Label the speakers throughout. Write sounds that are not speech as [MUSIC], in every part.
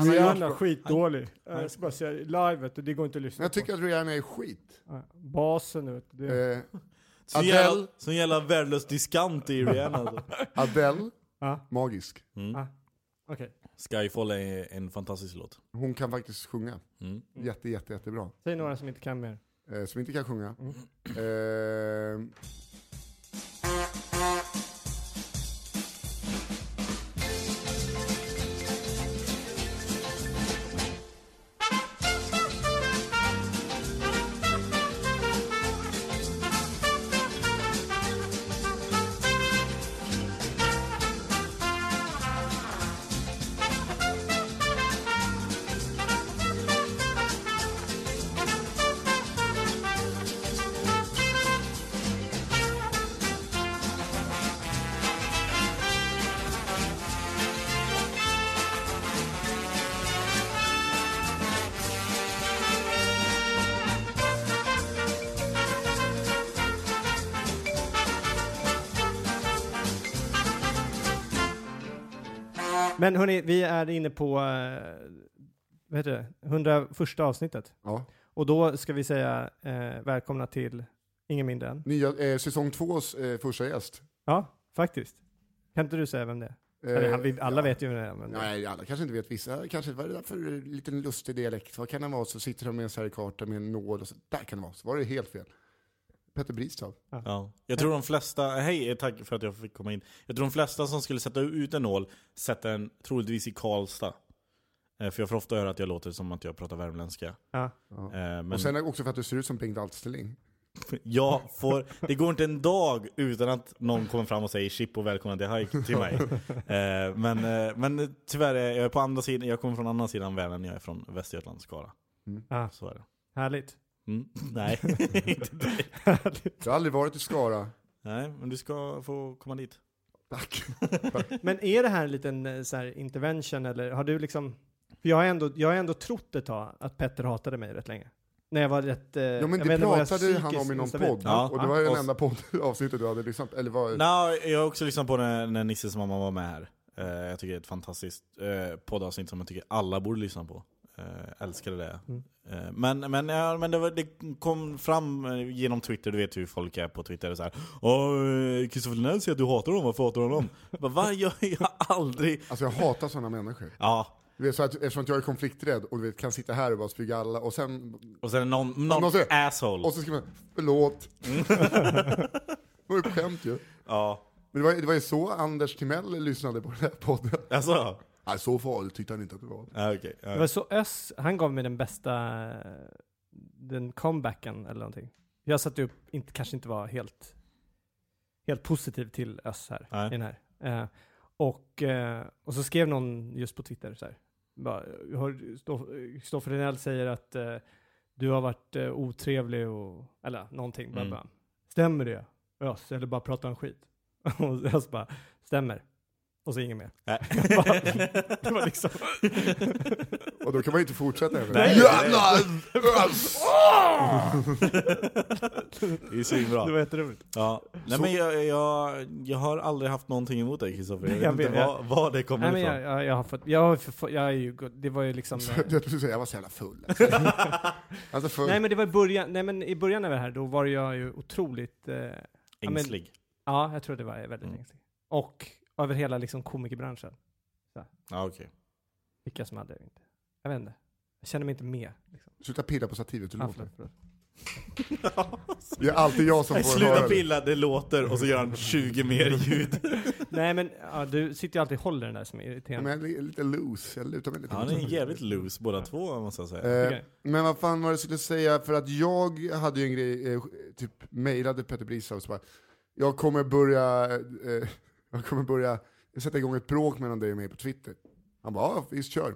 Speaker 1: Alltså, jag,
Speaker 2: är skitdålig. Han... Jag ska bara säga livet, och det går inte att lyssna
Speaker 3: Men jag tycker att Rihanna är skit.
Speaker 2: på. Ja, Basen, du vet. Det...
Speaker 3: Eh,
Speaker 1: så
Speaker 3: Adele.
Speaker 1: jävla, så jävla värdelös diskant i Rihanna. alltså.
Speaker 3: Adele,
Speaker 2: Ja.
Speaker 3: magisk.
Speaker 1: Mm.
Speaker 2: Okej,
Speaker 1: [LAUGHS] Skyfall är en fantastisk låt.
Speaker 3: Hon kan faktiskt sjunga.
Speaker 1: Mm.
Speaker 3: Jätte, jätte, jättebra.
Speaker 2: säg några som inte kan mer.
Speaker 3: Eh, som inte kan sjunga.
Speaker 1: Mm.
Speaker 3: Eh,
Speaker 2: Men hörni, vi är inne på eh, vad heter det? 101 avsnittet.
Speaker 3: ja.
Speaker 2: Och då ska vi säga eh, välkomna till ingen mindre än.
Speaker 3: Nya, eh, säsong tvås eh, första gäst.
Speaker 2: Ja, faktiskt. Kan inte du säga vem det är? Eller, han- vi, alla vet ju vem det är. Men
Speaker 3: Eh, Nej, alla kanske inte vet. Vissa kanske, vad är det där för liten lustig dialekt? Vad kan det vara? Så sitter de med en särkarta med en nål och så, där kan det vara. Så var det helt fel. Petter Bristav.
Speaker 1: Ja. Jag tror de flesta, hej eh, tack för att jag fick komma in. Jag tror de flesta som skulle sätta ut en nål sätter den troligtvis i Karlstad. Eh, För jag får ofta höra att jag låter som att jag pratar värmländska.
Speaker 2: Ja.
Speaker 1: Eh, Men
Speaker 3: Och sen också för att du ser ut som Bengt Alsterling.
Speaker 1: jag får, det går inte en dag utan att någon kommer fram och säger chip och välkomna till hike till
Speaker 3: [LAUGHS]
Speaker 1: mig. Eh, Men, eh, men tyvärr, eh, jag är på andra sidan, jag kommer från andra sidan världen, jag är från Västergötland, Skara.
Speaker 2: Ah.
Speaker 1: Så är det.
Speaker 2: Härligt.
Speaker 1: Mm. [LAUGHS] Nej, inte direkt.
Speaker 2: Härligt.
Speaker 3: Jag har aldrig varit i Skara.
Speaker 1: Nej, men du ska få komma dit.
Speaker 3: Tack.
Speaker 2: Men är det här en liten eh, så här, intervention eller har du liksom? För jag har ändå, jag har ändå trott ett tag att Petter hatade mig rätt länge. När jag var rätt... Eh,
Speaker 3: Ja, men
Speaker 2: jag
Speaker 3: det
Speaker 2: vet inte vad jag
Speaker 3: pratade han om
Speaker 2: psykiskt
Speaker 3: i någon
Speaker 2: instabil.
Speaker 3: podd.
Speaker 1: Ja.
Speaker 3: Och det var ju
Speaker 1: Ja.
Speaker 3: den enda [LAUGHS] poddavsnittet du hade lyssnat på. Eller var...
Speaker 1: Nej, jag har också lyssnat på när, när Nisses mamma var med här. Eh, jag tycker det är ett fantastiskt eh, poddavsnitt som jag tycker alla borde lyssna på. Eh, älskade det.
Speaker 2: Mm.
Speaker 1: Eh, men men, ja, men det, var, det kom fram eh, genom Twitter, du vet hur folk är på Twitter. Så här, "Åh, Kristoffer Lindell säger att du hatar dem, varför hatar du honom? Jag bara, Va? Jag, jag har aldrig...
Speaker 3: Alltså jag hatar sådana människor.
Speaker 1: Ja,
Speaker 3: Du vet, så att, eftersom att jag är konflikträdd och du vet, kan sitta här och bara spyga alla och sen...
Speaker 1: och sen är någon, någon
Speaker 3: någon säger-
Speaker 1: asshole.
Speaker 3: Och så ska man, förlåt. det var ju ett skämt ju.
Speaker 1: [LAUGHS] Ja,
Speaker 3: Men det var, det var ju så Anders Timell lyssnade på den här podden.
Speaker 1: alltså.
Speaker 3: Nej, så farligt tyckte han inte att det var.
Speaker 1: Ja, okej. Ja.
Speaker 2: Det var så Öss, han gav mig den bästa, eh, den comebacken eller någonting. Jag satte upp, inte, kanske inte var helt, helt positiv till Öss här,
Speaker 1: Nej.
Speaker 2: i den här. Eh, och, eh, och så skrev någon just på Twitter så här. bara, "Hör, Stoff- Kristoffer Linell säger att eh, du har varit eh, otrevlig och, eller någonting. Bara,
Speaker 1: Mm.
Speaker 2: bara, [LAUGHS] Stämmer det? Öss, eller bara pratar han skit? och Öss bara, stämmer. Och så inget mer. [LAUGHS]
Speaker 1: Nej.
Speaker 2: Bara- det var liksom...
Speaker 1: [LAUGHS]
Speaker 3: Och då kan man ju inte fortsätta heller.
Speaker 1: Nej.
Speaker 3: Jävlar!
Speaker 1: Det är svinbra.
Speaker 2: Det var jätteroligt.
Speaker 1: Ja. Nej,
Speaker 3: Så-
Speaker 1: men jag, jag, jag har aldrig haft någonting emot dig Kristoffer. Jag vet
Speaker 2: Jag
Speaker 1: inte
Speaker 2: vet, jag-
Speaker 1: vad, vad det
Speaker 2: Nej
Speaker 1: kommer
Speaker 2: men
Speaker 1: ifrån.
Speaker 2: jag, jag, jag har fått, jag, har fått- jag är ju, god- det var ju liksom... eh,
Speaker 3: Jag trodde du säga jag var så jävla full. Alltså, alltså full.
Speaker 2: Nej men det var i början, nej men i början av det här då var jag ju otroligt, eh, Ja, men-
Speaker 1: Ängslig.
Speaker 2: ja jag tror det var väldigt
Speaker 1: Mm.
Speaker 2: ängslig. Och över hela liksom komikerbranschen,
Speaker 1: Ja, okej.
Speaker 2: vilka som hade det inte. Jag vet inte. Jag känner mig inte med. Liksom.
Speaker 3: Sluta pilla på stativet, du
Speaker 2: Ja,
Speaker 3: låter.
Speaker 2: förlåt, förlåt.
Speaker 3: Det är alltid jag som
Speaker 1: Nej,
Speaker 3: får höra
Speaker 1: Sluta
Speaker 3: det.
Speaker 1: pilla, det låter och så gör han 20 mer
Speaker 2: [LAUGHS]
Speaker 1: ljud.
Speaker 2: nej men ja, du sitter ju alltid och håller den där som är irriterande.
Speaker 3: Men jag är lite loose, jag lutar mig lite.
Speaker 1: Han
Speaker 3: loose.
Speaker 1: är jävligt loose båda två måste jag säga.
Speaker 3: Eh,
Speaker 2: Okej.
Speaker 3: Men vad fan var det jag skulle säga, för att jag hade ju en grej, eh, typ mejlade Petter Brisav så bara, jag kommer börja, eh, [LAUGHS] jag kommer börja sätta igång ett bråk mellan dig och mig på Twitter. Han bara, ja visst kör.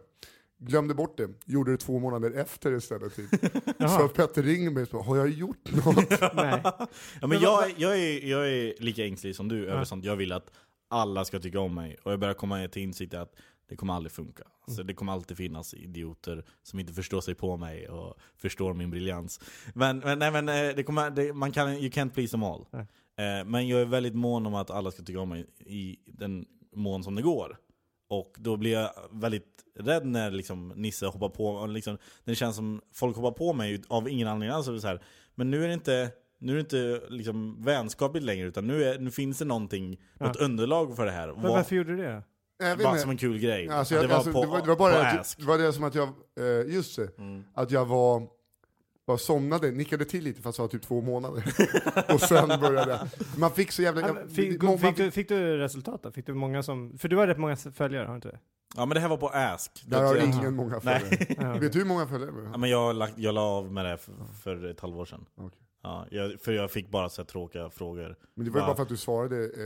Speaker 3: Glömde bort det, gjorde det två månader efter istället. Typ. Så
Speaker 2: [LAUGHS] Jaha,
Speaker 3: Petter ringer mig och bara, har jag gjort
Speaker 2: [LAUGHS]
Speaker 3: något?
Speaker 2: nej.
Speaker 1: Ja, men
Speaker 2: Men
Speaker 1: jag,
Speaker 2: vad-
Speaker 1: jag, är, jag är lika ängslig som du över
Speaker 2: Ja.
Speaker 1: sånt. Jag vill att alla ska tycka om mig. Och jag börjar komma till insikt att det kommer aldrig funka.
Speaker 2: Mm.
Speaker 1: Alltså, det kommer alltid finnas idioter som inte förstår sig på mig och förstår min briljans. Men, men, nej, men eh, det kommer, det, man kan, you can't please them all.
Speaker 2: Nej.
Speaker 1: Eh, Men jag är väldigt mån om att alla ska tycka om mig i den mån som det går. Och då blir jag väldigt rädd när liksom Nisse hoppar på och liksom, Det känns som folk hoppar på mig av ingen anledning alls. Och Så här. Men nu är det inte, nu är det inte liksom vänskapligt längre, utan nu, är, nu finns det någonting,
Speaker 2: Ja.
Speaker 1: något underlag för det här.
Speaker 2: Men
Speaker 1: Vad-
Speaker 2: varför gjorde du det?
Speaker 3: Jag vet
Speaker 1: bara
Speaker 3: inte.
Speaker 1: som en kul grej.
Speaker 3: Alltså jag,
Speaker 1: det var
Speaker 3: alltså,
Speaker 1: på,
Speaker 3: det, var, det var bara
Speaker 1: på
Speaker 3: att,
Speaker 1: Ask. Mm.
Speaker 3: det var det som att jag, eh, just det, att jag var, var somnade, nickade till lite fast det var typ två månader. [LAUGHS] och sen började jag. Man fick så jävla...
Speaker 2: Ja,
Speaker 3: jag-
Speaker 2: men Fick,
Speaker 3: man-
Speaker 2: fick, du, fick du resultat då? Fick du många som, för du har rätt många följare, har du inte det?
Speaker 1: Ja men det här var på Ask. Det
Speaker 3: Där har
Speaker 1: jag-
Speaker 3: ingen många följare.
Speaker 2: [LAUGHS] Ja, okej.
Speaker 3: Vet du hur många följare
Speaker 1: Ja,
Speaker 3: vi
Speaker 1: men jag, har lagt, jag la av med det för, för ett halvår sedan.
Speaker 3: Okej.
Speaker 1: Ja, jag, för jag fick bara så här tråkiga frågor.
Speaker 3: Men det var ju
Speaker 1: Ja.
Speaker 3: bara för att du svarade... Eh,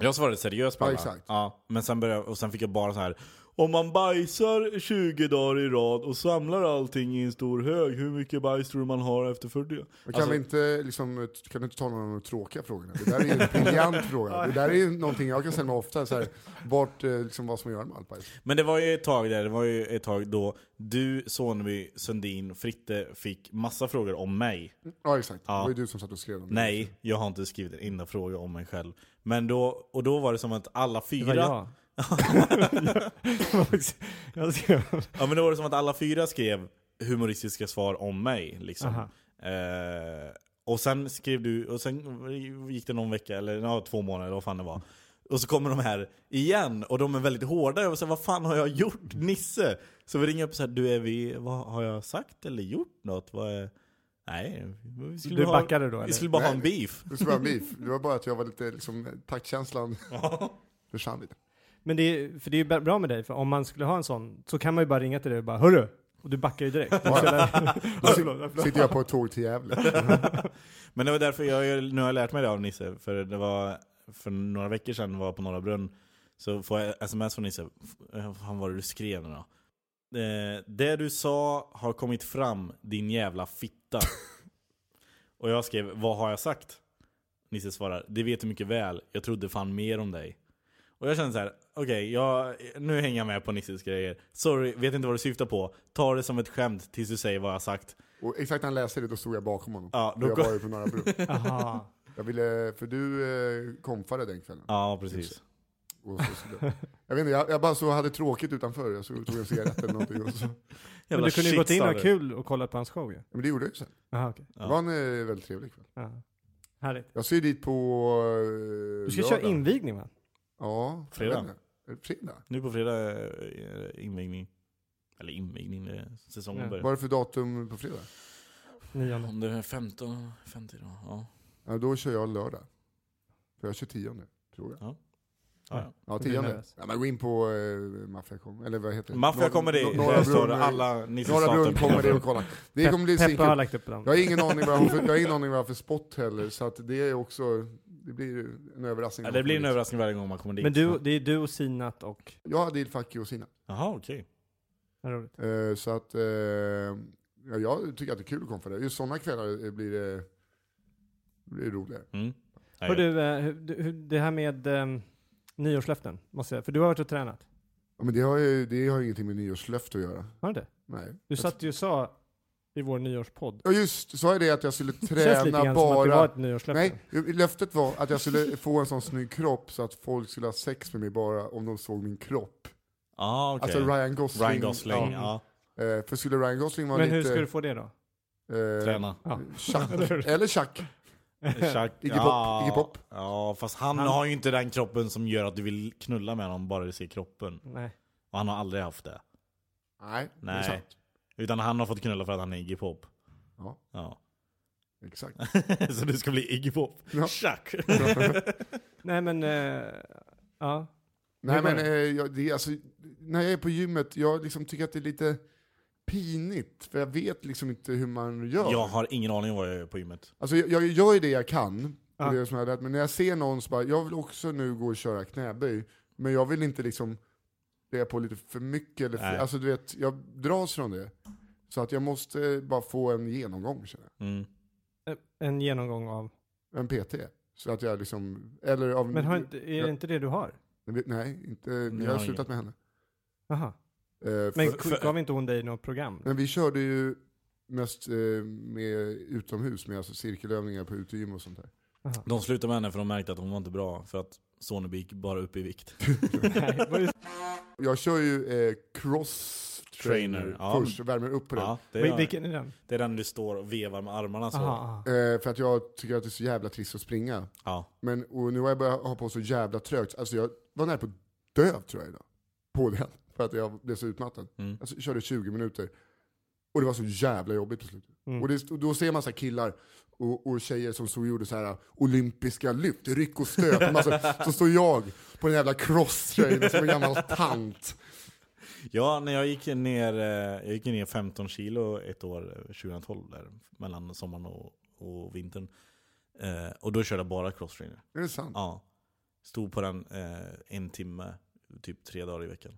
Speaker 1: Jag svarade seriöst på
Speaker 3: Ja,
Speaker 1: alla.
Speaker 3: exakt.
Speaker 1: Ja, men sen, började, och sen fick jag bara så här. Om man bajsar 20 dagar i rad och samlar allting i en stor hög, hur mycket bajs tror du man har efter 40?
Speaker 3: kan
Speaker 1: Alltså-
Speaker 3: vi inte liksom, kan du inte ta någon av de tråkiga frågorna? Det där är ju en
Speaker 2: [LAUGHS]
Speaker 3: briljant fråga. Det där är ju någonting jag kan ställa mig ofta, så här, vart, eh, liksom, vad som gör med allt bajs.
Speaker 1: Men det var ju ett tag där, det var ju ett tag då du, Soneby, Sundin, Fritte fick massa frågor om mig.
Speaker 3: Ja exakt,
Speaker 1: Ja.
Speaker 3: det var ju du som satt och skrev dem.
Speaker 1: Nej, jag har inte skrivit en enda fråga om mig själv. Men då, och då var det som att alla
Speaker 2: Det
Speaker 1: fyra...
Speaker 2: var jag. [LAUGHS]
Speaker 1: [LAUGHS]
Speaker 2: jag skrev-
Speaker 1: Ja men då var det som att alla fyra skrev humoristiska svar om mig liksom.
Speaker 2: Aha.
Speaker 1: Eh, och sen skrev du, och sen gick det någon vecka eller ja, två månader eller vad fan det var. Och så kommer de här igen och de är väldigt hårda. Jag var så här, vad fan har jag gjort Nisse? Så vi ringer upp och säger, du är vi, vad har jag sagt eller gjort något? Vad är... Nej, vi skulle,
Speaker 2: Du
Speaker 1: ha-
Speaker 2: backade då,
Speaker 1: vi
Speaker 2: eller?
Speaker 1: skulle bara ha en
Speaker 3: Nej.
Speaker 1: beef.
Speaker 3: Det var beef. Det var bara att jag var lite, liksom,
Speaker 1: [LAUGHS]
Speaker 3: taktkänslan försvann lite.
Speaker 2: Men det är, för det är ju bra med dig, för om man skulle ha en sån, så kan man ju bara ringa till dig och bara Hörru! Och du backar ju direkt. Du
Speaker 3: Ja.
Speaker 2: ställer-
Speaker 3: [LAUGHS] Då sit- sitter jag på ett tåg till Gävle.
Speaker 1: [LAUGHS] Men det var därför jag, nu har jag lärt mig det av Nisse, för det var för några veckor sedan var jag på Norra Brunn, så får jag sms från Nisse, vad fan var det du skrev nu då? Eh, det du sa har kommit fram, din jävla fitta. Och jag skrev, vad har jag sagt? Nisse svarar, det vet du mycket väl, jag trodde fan mer om dig. Och jag kände så här, okej, jag, nu hänger jag med på Nisses grejer. Sorry, vet inte vad du syftar på. Ta det som ett skämt tills du säger vad jag har sagt.
Speaker 3: Och exakt när han läste det, då stod jag bakom honom.
Speaker 1: Ja, då
Speaker 3: jag
Speaker 1: går-
Speaker 3: var ju på Norra Brunn.
Speaker 2: Aha.
Speaker 3: Jag ville, för du eh, konfade den kvällen.
Speaker 1: Ja, precis.
Speaker 3: Och så, så, jag vet inte, jag, jag bara så hade tråkigt utanför, jag så, tog en cigarett eller någonting. Och så.
Speaker 2: Men
Speaker 1: Jävla
Speaker 2: du kunde ju gått in och
Speaker 1: shitstarter.
Speaker 2: ha kul och kollat på hans show ju.
Speaker 3: Men det gjorde jag ju sen.
Speaker 2: Aha, okej.
Speaker 1: Ja.
Speaker 3: Det var en eh, väldigt trevlig kväll.
Speaker 2: Ja. Härligt.
Speaker 3: Jag ser dit på... Eh,
Speaker 2: Du ska
Speaker 3: lördag.
Speaker 2: köra invigning va?
Speaker 3: Ja. jag
Speaker 1: Fredag.
Speaker 3: vet inte. Är det Fredag?
Speaker 1: Nu på fredag är invigning. Eller invigning, det är säsongen
Speaker 2: Ja.
Speaker 3: Vad är
Speaker 1: börjar.
Speaker 3: det för datum på fredag?
Speaker 2: Nionde.
Speaker 1: Om det är 15, 50 då. Ja.
Speaker 3: Ja, då kör jag lördag. För jag kör tionde, tror jag.
Speaker 1: Ja,
Speaker 3: Ja,
Speaker 2: blir
Speaker 3: tionde.
Speaker 2: nervös.
Speaker 3: Ja, men gå in på eh, Maffia kommer, eller vad heter
Speaker 1: ja.
Speaker 3: det?
Speaker 1: Maffia
Speaker 3: Norr-
Speaker 1: comedy,
Speaker 3: Norr-
Speaker 1: där står det
Speaker 3: Brunn-
Speaker 1: alla Nisse
Speaker 3: Norra
Speaker 1: Staten
Speaker 3: Brunn
Speaker 1: på
Speaker 3: kommer det
Speaker 1: Norra
Speaker 3: och kolla. Det kommer bli
Speaker 2: Peppe har
Speaker 3: svinkul.
Speaker 2: lagt upp den.
Speaker 3: Jag har ingen aning vad hon för, jag har ingen aning vad jag har för spott heller, så att det är också, det blir en överraskning.
Speaker 1: Ja, det blir en överraskning varje gång man kommer dit.
Speaker 2: Men du, det är du och Sinat och...
Speaker 3: Jag hade Ilfaki och Sina.
Speaker 1: Jaha, okej.
Speaker 2: Vad roligt.
Speaker 3: Eh, så att, eh, ja, jag tycker att det är kul att komma för det. Just sådana kvällar eh, blir det, blir det roligare.
Speaker 1: Mm. Ja,
Speaker 2: Hör
Speaker 1: ja.
Speaker 2: du, eh, hur- du, hur- det här med... ehm, Nyårslöften, måste jag säga. För du har varit och tränat.
Speaker 3: Ja, men det har ju det har ju ingenting med nyårslöfte att göra.
Speaker 2: Har du det?
Speaker 3: Nej.
Speaker 2: Du satt ju och sa i vår nyårspodd.
Speaker 3: Ja just, sa jag det att jag skulle
Speaker 2: Det [LAUGHS] känns lite
Speaker 3: träna
Speaker 2: grann som att det var
Speaker 3: bara...
Speaker 2: ett nyårslöfte.
Speaker 3: Nej, löftet var att jag skulle få en sån snygg kropp så att folk skulle ha sex med mig bara om de såg min kropp.
Speaker 1: Ah, okej.
Speaker 3: Alltså Ryan Gosling.
Speaker 1: Ryan Gosling,
Speaker 2: Ja.
Speaker 1: ja.
Speaker 3: Eh, för skulle Ryan Gosling vara
Speaker 2: Men
Speaker 3: lite...
Speaker 2: hur ska du få det då?
Speaker 3: eh,
Speaker 1: Träna.
Speaker 2: Ja.
Speaker 3: Chuck.
Speaker 2: [LAUGHS] Eller hur?
Speaker 3: Eller Chuck.
Speaker 1: Chuck,
Speaker 3: Iggy Pop,
Speaker 1: ja.
Speaker 3: Iggy Pop.
Speaker 1: Ja, fast han,
Speaker 2: Han-
Speaker 1: har ju inte den kroppen som gör att du vill knulla med honom bara du ser kroppen.
Speaker 2: [LAUGHS] Nej.
Speaker 1: Och han har aldrig haft det.
Speaker 3: Nej, det är
Speaker 1: Nej.
Speaker 3: sant.
Speaker 1: Utan han har fått knulla för att han är Iggy Pop.
Speaker 3: Ja.
Speaker 1: ja. [LAUGHS]
Speaker 3: Exakt.
Speaker 1: Så du ska bli Iggy Pop.
Speaker 3: Ja.
Speaker 1: Chuck!
Speaker 2: Nej men, eh, ja.
Speaker 3: Nej
Speaker 2: var
Speaker 3: men
Speaker 2: det?
Speaker 3: eh, jag, det är alltså, när jag är på gymmet, jag liksom tycker att det är lite pinigt, för jag vet liksom inte hur man gör.
Speaker 1: Jag har ingen aning om vad jag gör på gymmet.
Speaker 3: Alltså jag, jag gör ju det jag kan,
Speaker 2: Ja.
Speaker 3: och det är som jag har lärt, men när jag ser någon så bara, jag vill också nu gå och köra knäböj, men jag vill inte liksom lägga på lite för mycket, eller för,
Speaker 1: Nej.
Speaker 3: alltså du vet, jag dras från det. Så att jag måste eh, bara få en genomgång känner
Speaker 1: Mm.
Speaker 2: Eh, En genomgång av.
Speaker 3: jag. En PT. Så att jag liksom, eller av...
Speaker 2: Men har inte, är
Speaker 3: jag-
Speaker 2: det inte det du har?
Speaker 3: Nej, inte,
Speaker 1: Ni
Speaker 3: jag har
Speaker 1: har
Speaker 3: slutat med henne.
Speaker 2: Jaha.
Speaker 3: Eh,
Speaker 2: Men
Speaker 3: för-
Speaker 1: för-
Speaker 2: gav inte hon dig något
Speaker 3: [LAUGHS]
Speaker 2: program?
Speaker 3: Men vi körde ju mest eh, med utomhus, med alltså cirkelövningar på utegym och sånt där.
Speaker 2: Jaha.
Speaker 1: De slutade med henne för de märkte att hon var inte bra. För att Soneby gick bara upp i vikt.
Speaker 2: [LAUGHS] [LAUGHS] Nej, vad är det-
Speaker 3: Jag kör ju eh, cross trainer,
Speaker 1: Trainer, ja.
Speaker 3: först och värmer upp på det.
Speaker 1: Ja, det,
Speaker 2: Vil-
Speaker 1: är,
Speaker 2: Vilken är den?
Speaker 1: det är den du står och vevar med armarna så.
Speaker 2: Aha, aha.
Speaker 3: Eh, för att jag tycker att det är så jävla trist att springa.
Speaker 1: Ja.
Speaker 3: Men och nu har jag börjat ha på så jävla trögt. Alltså jag var nära på döv tror jag idag. På den. [LAUGHS] För att jag blev så utmattad. Alltså,
Speaker 1: Mm.
Speaker 3: Jag körde 20 minuter. Och det var så jävla jobbigt till slut.
Speaker 2: Mm.
Speaker 3: Och, det, och då ser man så här killar och, och tjejer som så gjorde så här äh, olympiska lyft, ryck och stöt. Och massa, så står jag på den jävla cross-trainern som en gammal tant.
Speaker 1: Ja, när jag gick ner, eh, jag gick ner 15 kilo ett år, eh, 2012, där, mellan sommaren och, och vintern. Eh, och då körde jag bara crosstrainer.
Speaker 3: Är det sant?
Speaker 1: Ja. Stod på den eh, en timme, typ tre dagar i veckan.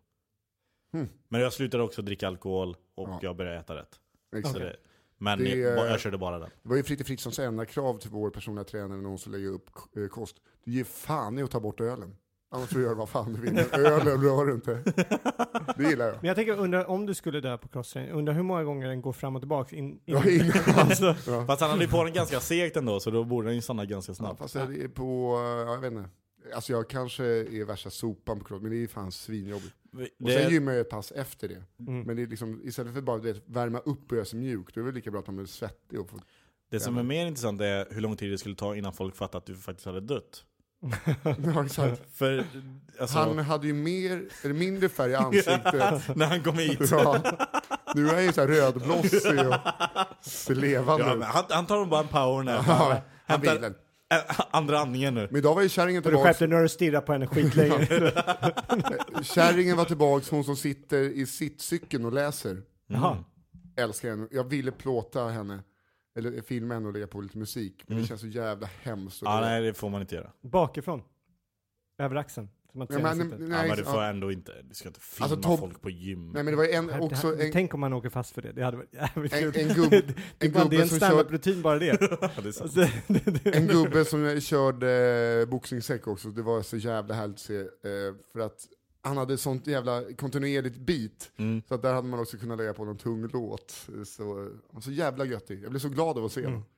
Speaker 3: Mm.
Speaker 1: Men jag slutade också dricka alkohol och
Speaker 3: Ja.
Speaker 1: jag började äta rätt.
Speaker 3: Exakt.
Speaker 1: Så det, men
Speaker 3: Det är-
Speaker 1: jag, bara- jag körde bara den.
Speaker 3: Det var ju Fritte Fritzsons enda krav till vår personliga tränare när hon skulle lägga upp k- eh, kost. Du ger fan i att ta bort ölen. Annars får du göra vad fan du vill. Men Ölen rör du inte. Det gillar jag.
Speaker 2: Men jag tänker, undra om du skulle dö på crosstrain, undra hur många gånger den går fram och tillbaka? In, in.
Speaker 3: Ja, innan.
Speaker 2: [LAUGHS] alltså,
Speaker 3: Ja.
Speaker 1: Fast han hade ju på den ganska segt ändå, så då borde den ju stanna ganska
Speaker 3: Ja,
Speaker 1: snabbt.
Speaker 3: fast jag är på, eh, ja, jag vet inte. Alltså jag kanske är värsta sopan på cross, men det är ju fan svinjobbigt. Och sen
Speaker 1: Det,
Speaker 3: gymmar jag ett pass efter det.
Speaker 2: mm.
Speaker 3: Men det är liksom, istället för bara att värma upp och göra sig mjuk, då är det väl lika bra att man blir
Speaker 2: [LAUGHS]
Speaker 3: svettig och får... [LAUGHS]
Speaker 1: det som är mer intressant är hur lång tid det skulle ta innan folk fattade att du faktiskt hade dött.
Speaker 3: Ja, exakt.
Speaker 1: För, [LAUGHS] alltså,
Speaker 3: Han hade ju mer, eller
Speaker 2: [LAUGHS]
Speaker 3: mindre färg i ansiktet.
Speaker 1: när han kom
Speaker 3: [LAUGHS]
Speaker 1: hit.
Speaker 3: Ja. Typ. Nu är han ju såhär rödblossig och ser
Speaker 1: Ja,
Speaker 3: levande
Speaker 1: men
Speaker 3: ut.
Speaker 1: han, han tar bara en power nu.
Speaker 3: Ja, han vill
Speaker 1: Hämtar-
Speaker 3: den.
Speaker 1: Äh, andra andningen nu.
Speaker 3: Men idag var ju kärringen
Speaker 2: Och du
Speaker 3: tillbaks.
Speaker 2: skärpte när du stirrar på henne skitlänge.
Speaker 3: Kärringen var tillbaks, hon som sitter i sittcykeln och läser.
Speaker 2: [LAUGHS] Jaha.
Speaker 3: Älskar henne. Jag ville plåta henne, eller filma henne och lägga på lite musik. Men det känns så jävla hemskt. och
Speaker 1: Mm. Ja,
Speaker 3: det-
Speaker 1: nej, det får man inte göra.
Speaker 2: Bakifrån. Över axeln. Som att
Speaker 3: Ja,
Speaker 2: säga
Speaker 3: men,
Speaker 2: ansiktet.
Speaker 3: nej,
Speaker 1: ja, men du
Speaker 3: ja.
Speaker 1: får ändå inte, du ska inte filma
Speaker 3: Alltså, Tob-
Speaker 1: folk på gym.
Speaker 3: Nej men det var ju en,
Speaker 2: Det
Speaker 3: också
Speaker 2: här-
Speaker 3: en,
Speaker 2: Tänk om man åker fast för det, det hade varit jävligt
Speaker 3: En-
Speaker 2: kul.
Speaker 3: en gubb-
Speaker 2: Det- [LAUGHS] det,
Speaker 3: en
Speaker 2: är bara- det är
Speaker 3: gubbe
Speaker 2: en
Speaker 3: som
Speaker 2: standup-rutin bara
Speaker 3: [LAUGHS]
Speaker 2: det.
Speaker 1: [LAUGHS] Ja, det är sant.
Speaker 2: Alltså, det, det. [LAUGHS]
Speaker 3: en gubbe som körde eh, boxningssäck också. Det var så jävla härligt att se. Eh, för att han hade sånt jävla kontinuerligt beat.
Speaker 1: Mm.
Speaker 3: Så att där hade man också kunnat lägga på någon tung låt. Eh, Så, han var så jävla göttig. Jag blev så glad av att se honom.
Speaker 2: Mm.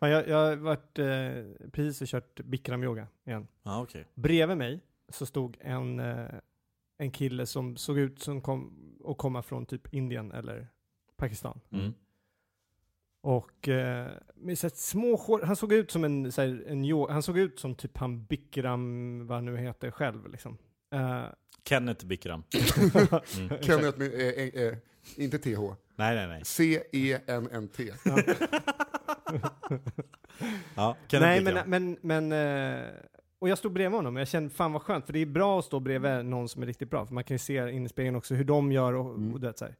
Speaker 2: Fan, jag, jag har varit, eh, precis och kört bikramyoga igen.
Speaker 1: Ja, okej.
Speaker 2: Bredvid mig så stod en, eh, en kille som såg ut som kom, att komma från typ Indien eller Pakistan.
Speaker 1: Mm.
Speaker 2: Och eh, med så här små hår, han såg ut som en, så här, en yo- han såg ut som typ han Bikram, vad han nu heter själv liksom. Eh, [LAUGHS]
Speaker 1: Kenneth Bikram.
Speaker 2: Mm,
Speaker 3: Kenneth, med, eh, eh, eh, inte TH.
Speaker 1: Nej, nej, nej.
Speaker 3: E C-E-N-N-T.
Speaker 1: Ja, Kenneth
Speaker 2: Nej,
Speaker 1: Bikram.
Speaker 2: men, men, men eh, och jag stod bredvid honom och jag kände fan vad skönt, för det är bra att stå bredvid någon som är riktigt bra, för man kan ju se in i spegeln också hur de gör och,
Speaker 3: Mm.
Speaker 2: och du vet såhär.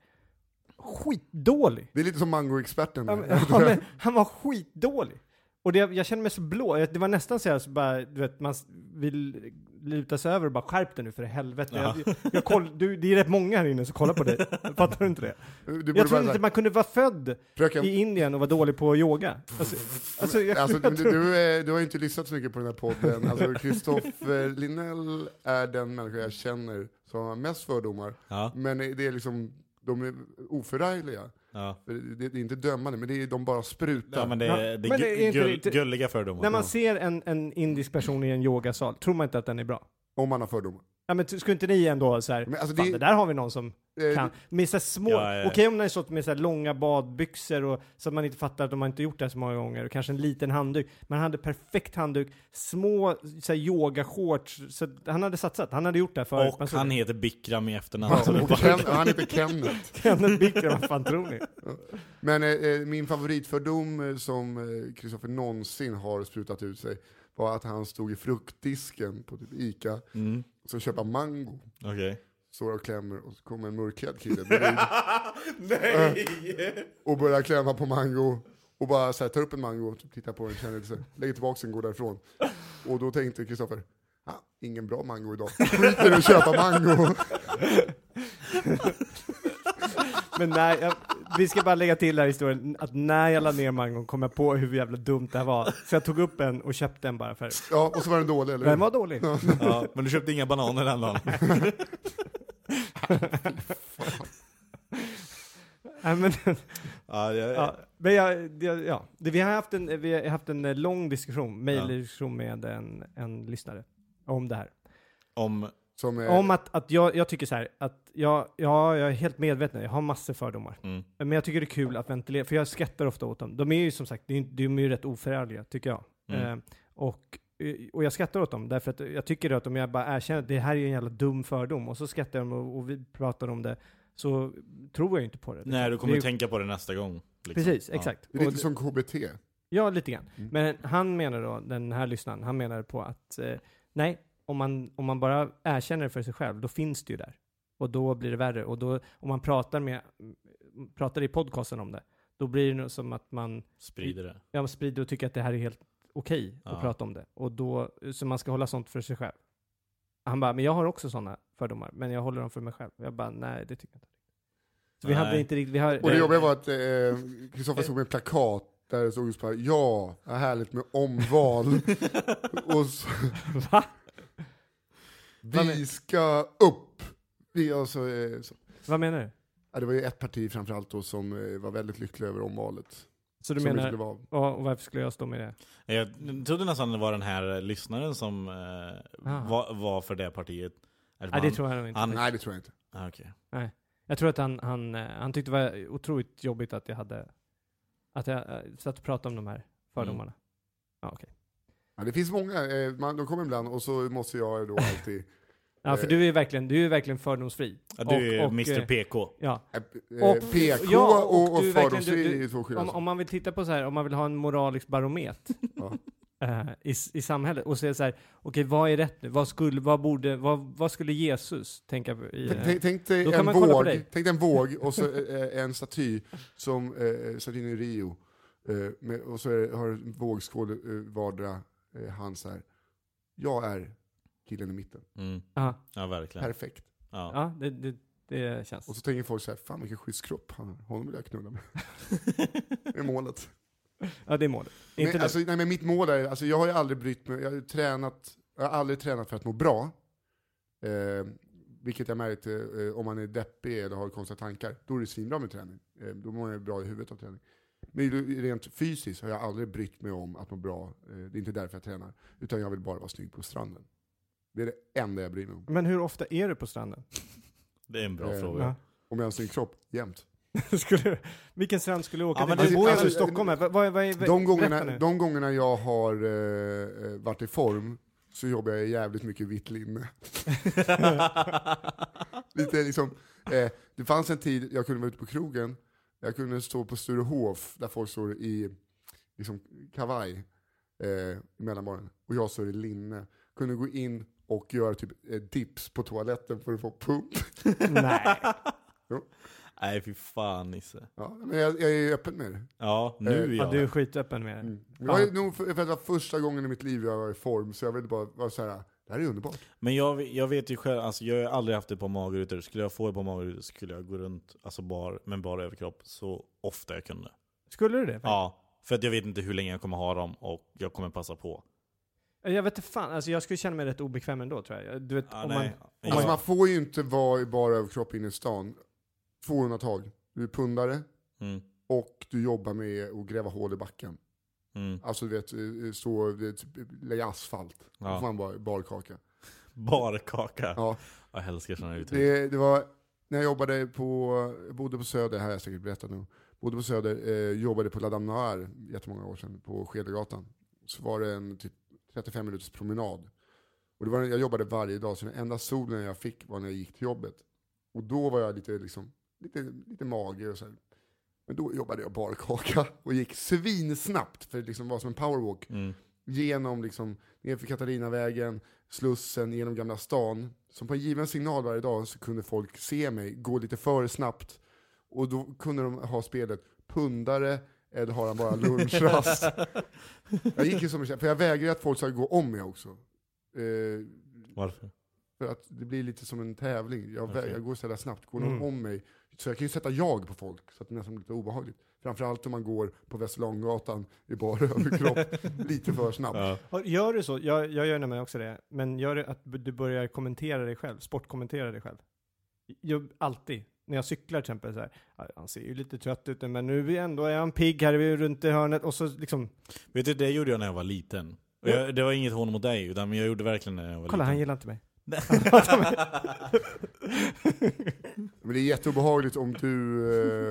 Speaker 2: Skitdålig!
Speaker 3: Det är lite som mangoexperten.
Speaker 2: Ja,
Speaker 3: [LAUGHS]
Speaker 2: men, ja, men, han var skitdålig! Och det, jag kände mig så blå, Jag- det var nästan så här, så bara, du vet, man, s- vi luta sig över och bara skärp dig nu för i helvete. Jag, jag koll, du, det är rätt många här inne som kollar på dig. Fattar du inte det?
Speaker 3: Du borde
Speaker 2: Jag
Speaker 3: bara
Speaker 2: trodde inte
Speaker 3: säga,
Speaker 2: man kunde vara född
Speaker 3: Fröken,
Speaker 2: i Indien och vara dålig på yoga. Alltså, alltså, jag,
Speaker 3: alltså, du, du, är- du har ju inte lyssnat så mycket på den här podden. Alltså, Kristoffer Linnell är den människa jag känner som har mest fördomar.
Speaker 1: Ja,
Speaker 3: Men det är liksom, de är oförargliga.
Speaker 1: ja.
Speaker 3: För Det, det är inte dömande, men det är, de bara sprutar.
Speaker 1: ja men det,
Speaker 2: Ja,
Speaker 1: är- det,
Speaker 2: men
Speaker 1: är
Speaker 2: det är
Speaker 1: gu-
Speaker 2: inte
Speaker 1: gull,
Speaker 2: riktigt-
Speaker 1: gulliga fördomar.
Speaker 2: när man ser en, en indisk person i en yogasal, tror man inte att den är bra?
Speaker 3: Om man har fördomar.
Speaker 2: Ja, men t- skulle inte ni ändå så här,
Speaker 3: Men alltså,
Speaker 2: fan,
Speaker 3: det-
Speaker 2: det där har vi någon som
Speaker 3: Eh,
Speaker 2: kan. Med så här små,
Speaker 1: Ja, ja, ja.
Speaker 2: okej om den är sånt med så här långa badbyxor och så att man inte fattar att de har inte gjort det här så många gånger och kanske en liten handduk. Men han hade perfekt handduk, små så här yogashorts, så att han hade satsat, han hade gjort det här förut. Man
Speaker 1: och
Speaker 2: såg
Speaker 1: han
Speaker 2: det. [LAUGHS]
Speaker 1: heter Bikram i efternamn.
Speaker 3: Ja,
Speaker 1: så det är
Speaker 3: och
Speaker 1: bara-
Speaker 3: Ken, han heter Kenneth.
Speaker 2: Kenneth Bikram, vad fan tror ni?
Speaker 3: Men eh, eh, min favoritfördom eh, som eh, Kristoffer någonsin har sprutat ut sig var att han stod i fruktdisken på typ Ica
Speaker 1: Mm,
Speaker 3: och så köpa mango.
Speaker 1: okej.
Speaker 3: Står och klämmer och så kommer en mörkhyad kille bredvid. Nej! och börjar klämma på mango. Och bara så här, tar upp en mango, typ tittar på den, känner lite så här, lägger tillbaka den och går därifrån. Och då tänkte Kristoffer, ah, ingen bra mango idag. Skiter i att köpa mango.
Speaker 2: Men när jag, vi ska bara lägga till den här historien, att när jag la ner mangon kom jag på hur jävla dumt det här var. Så jag tog upp en och köpte en bara för
Speaker 1: Mm.
Speaker 3: Ja, och så var den dålig, eller hur?
Speaker 2: Den var dålig.
Speaker 1: Ja, men du köpte inga bananer den dagen?
Speaker 2: [LAUGHS] Nej, men,
Speaker 1: [LAUGHS] Ja, det-
Speaker 2: ja, men jag, jag, ja. Det, vi, har haft en, vi har haft en eh, lång diskussion, mejldiskussion med en, en lyssnare om det här.
Speaker 1: Om,
Speaker 3: Som, eh,
Speaker 2: Om att, att jag, jag tycker så här, att jag, ja, jag är helt medveten, jag har massor fördomar.
Speaker 1: mm,
Speaker 2: Men jag tycker det är kul att ventilera, för jag skrattar ofta åt dem. De är ju som sagt, de är, de är ju rätt oförärliga, tycker jag.
Speaker 1: Mm.
Speaker 2: Eh, och, eh, och jag skrattar åt dem, därför att jag tycker att om jag bara erkänner att det här är ju en jävla dum fördom, och så skrattar de och, och vi pratar om det, så tror jag ju inte på det. liksom.
Speaker 1: nej, du
Speaker 2: Det
Speaker 1: kommer
Speaker 2: är ju-
Speaker 1: tänka på det nästa gång. liksom.
Speaker 2: Precis,
Speaker 1: Ja.
Speaker 2: exakt.
Speaker 3: det är
Speaker 2: Och
Speaker 3: lite som KBT.
Speaker 2: Ja, lite grann.
Speaker 3: Mm.
Speaker 2: Men han menar då, den här lyssnaren, han menar på att eh, nej, om man, om man bara erkänner det för sig själv, då finns det ju där. Och då blir det värre. Och då, om man pratar, med, pratar i podcasten om det, då blir det nog som att man
Speaker 1: Sprider det.
Speaker 2: ja, man sprider och tycker att det här är helt okej att
Speaker 1: Ja.
Speaker 2: prata om det. Och då, så man ska hålla sånt för sig själv. Han bara, men jag har också sådana fördomar, men jag håller dem för mig själv. Jag bara, nej, det tycker jag inte. Så vi
Speaker 1: Nej.
Speaker 2: hade inte riktigt, vi har, eh,
Speaker 3: Och det jobbiga var att eh, Kristoffer stod med ett plakat där det stod just bara ja, vad härligt med omval. och så,
Speaker 2: [LAUGHS] Va?
Speaker 3: vi ska upp. Vi, och så, eh, så.
Speaker 2: Vad menar du?
Speaker 3: Ja, det var ju ett parti framförallt då som eh, var väldigt lyckliga över omvalet.
Speaker 2: Så du
Speaker 3: som det
Speaker 2: menar,
Speaker 3: skulle vara.
Speaker 2: och, och varför skulle jag stå med det?
Speaker 1: [LAUGHS] Jag trodde nästan det var den här lyssnaren som eh, var, var för det partiet. Eller
Speaker 2: Nej,
Speaker 1: han-
Speaker 2: det tror jag nog inte.
Speaker 1: han-
Speaker 3: Nej det tror jag inte.
Speaker 1: Ah, okej.
Speaker 2: Jag tror att han, han, eh, han tyckte det var otroligt jobbigt att jag hade, att jag eh, satt och pratade om de här
Speaker 3: Mm.
Speaker 2: fördomarna. Ja, okej.
Speaker 3: Ja, det finns många, eh, man, de kommer ibland och så måste jag då alltid...
Speaker 2: Ja,
Speaker 3: Eh.
Speaker 2: för du är ju verkligen, du är verkligen fördomsfri.
Speaker 1: Ja, du är ju
Speaker 2: Och- och,
Speaker 1: Mr
Speaker 2: eh,
Speaker 1: PK.
Speaker 2: Ja.
Speaker 3: Eh,
Speaker 2: Och-
Speaker 3: PK
Speaker 2: ja, och
Speaker 3: och, och,
Speaker 2: du är verkligen-
Speaker 3: fördomsfri
Speaker 2: du- du-
Speaker 3: är ju två skilda
Speaker 2: Om,
Speaker 3: saker.
Speaker 2: om man vill titta på så här, om man vill ha en moralisk barometer
Speaker 3: alltså? [LAUGHS] Ja.
Speaker 2: eh, i, s- i samhället och se så här, okej vad är rätt nu? Vad skulle, vad borde, vad, vad skulle Jesus tänka på i
Speaker 3: Tänk-
Speaker 2: eh,
Speaker 3: Tänk, tänk, dig
Speaker 2: Då kan
Speaker 3: en
Speaker 2: man kolla på
Speaker 3: våg,
Speaker 2: dig.
Speaker 3: tänk dig en
Speaker 2: [LAUGHS]
Speaker 3: våg och så eh, en staty som eh, statyn i Rio. Eh, med, och så är, har en vågskål eh, vardera eh, hand så här. Jag är killen i mitten.
Speaker 1: Mm.
Speaker 2: ja,
Speaker 1: Ja, verkligen.
Speaker 3: Perfekt.
Speaker 1: Ja.
Speaker 2: ja, det, det, det känns.
Speaker 3: Och så tänker folk så här, fan vilken schysst kropp han har. Honom vill jag knulla med. [LAUGHS] Det är målet.
Speaker 2: [LAUGHS] Ja, det är målet. Inte
Speaker 3: Men,
Speaker 2: nu.
Speaker 3: alltså, nej, men mitt mål är, alltså, jag har ju aldrig brytt mig, jag har ju tränat, jag har aldrig tränat för att må bra. Eh, vilket jag märkte, eh, om man är deppig eller har konstiga tankar, då är det svinbra med träning. Eh, då mår man ju bra i huvudet av träning. Men ju- rent fysiskt har jag aldrig brytt mig om att må bra, eh, det är inte därför jag tränar, utan jag vill bara vara snygg på stranden. Det är det enda jag bryr mig om.
Speaker 2: Men hur ofta är du på stranden?
Speaker 1: Det är en bra
Speaker 3: Eh,
Speaker 1: fråga.
Speaker 2: Ja.
Speaker 3: Om jag har en snygg kropp, jämt.
Speaker 2: [LAUGHS] skulle, vilken strand skulle du åka
Speaker 1: Ja,
Speaker 2: till?
Speaker 1: men
Speaker 2: Du
Speaker 3: det-
Speaker 2: bor ju
Speaker 3: alltså,
Speaker 2: ändå i Stockholm här. Vad, vad, vad, vad,
Speaker 3: De
Speaker 2: berätta nu.
Speaker 3: gångerna, de gångerna jag har eh, eh, varit i form så jobbar jag jävligt mycket i
Speaker 2: [LAUGHS]
Speaker 3: vitt linne. Lite liksom, eh, det fanns en tid jag kunde vara ute på krogen, jag kunde stå på Sturehof där folk står i liksom, kavaj eh, i mellanbaren och jag står i linne. Kunde gå in och göra typ eh, dips på toaletten för att få pump.
Speaker 2: [LAUGHS] Nej.
Speaker 1: Nej, fy fan Nisse.
Speaker 3: Ja, men jag, jag är öppen med det.
Speaker 1: Ja,
Speaker 3: Eh,
Speaker 1: nu
Speaker 2: Ja,
Speaker 1: ja.
Speaker 2: du är skitöppen med det.
Speaker 3: Mm. Det var ju nog för, för att det var första gången i mitt liv jag var i form, så jag ville bara vara så här. Det här är underbart.
Speaker 1: Men jag, jag vet ju själv, alltså jag har aldrig haft ett par magrutor. Skulle jag få ett par magrutor skulle jag gå runt alltså bar, med bara överkropp så ofta jag kunde.
Speaker 2: Skulle du det?
Speaker 1: Ja, för att jag vet inte hur länge jag kommer ha dem och jag kommer passa på.
Speaker 2: Jag vet inte fan, alltså jag skulle känna mig rätt obekväm ändå tror jag. Du vet,
Speaker 1: Ja,
Speaker 2: om
Speaker 1: nej.
Speaker 2: man...
Speaker 1: Ja.
Speaker 3: Alltså man får ju inte vara i bara överkropp inne i stan. Två undantag. Du är pundare
Speaker 1: Mm,
Speaker 3: och du jobbar med att gräva hål i backen.
Speaker 1: mm,
Speaker 3: Alltså du vet, så, du vet, lägga asfalt. Då får
Speaker 1: ja.
Speaker 3: man bara barkaka.
Speaker 1: Barkaka.
Speaker 3: Ja.
Speaker 1: Jag älskar sådana uttryck.
Speaker 3: Det, det var när jag jobbade på, jag bodde på Söder, det här har jag säkert berättat nu. Bodde på Söder, eh, jobbade på La Dame Noire jättemånga år sedan, på Skedegatan. Så var det en typ 35 minuters promenad. Och det var, jag jobbade varje dag, så den enda solen jag fick var när jag gick till jobbet. Och då var jag lite, liksom, lite, lite mager och så här. Men då jobbade jag barkaka och gick svinsnabbt, för det liksom var som en powerwalk
Speaker 1: Mm.
Speaker 3: genom liksom, nerför Katarinavägen, Slussen, genom Gamla stan. Som på en given signal varje dag så kunde folk se mig gå lite för snabbt. Och då kunde de ha spelet pundare eller har han bara lunchrast. jag gick ju som en tjej, för jag vägrar att folk ska gå om mig också. Eh,
Speaker 1: Varför?
Speaker 3: för att det blir lite som en tävling. Jag,
Speaker 1: Okej.
Speaker 3: vä- jag går så jävla snabbt, går någon
Speaker 2: Mm.
Speaker 3: om mig. Så jag kan ju sätta jag på folk, så att det nästan blir lite obehagligt. Framförallt om man går på Västerlånggatan i bara [LAUGHS] överkropp, lite för snabbt.
Speaker 1: Ja.
Speaker 2: Har- Gör du så? Jag, jag gör nämligen också det. Men gör det att b- du börjar kommentera dig själv, sportkommentera dig själv? Jag, alltid. När jag cyklar till exempel så här, "Ja, han ser ju lite trött ut men nu är vi ändå är han pigg här är vi runt i hörnet och så liksom,
Speaker 1: Vet du, det gjorde jag när jag var liten. Och jag, det var inget hån mot dig, utan jag gjorde verkligen det när jag var
Speaker 2: kolla han
Speaker 1: liten.
Speaker 2: gillar inte mig.
Speaker 1: [LAUGHS]
Speaker 2: [LAUGHS]
Speaker 3: Men det är jätteobehagligt om du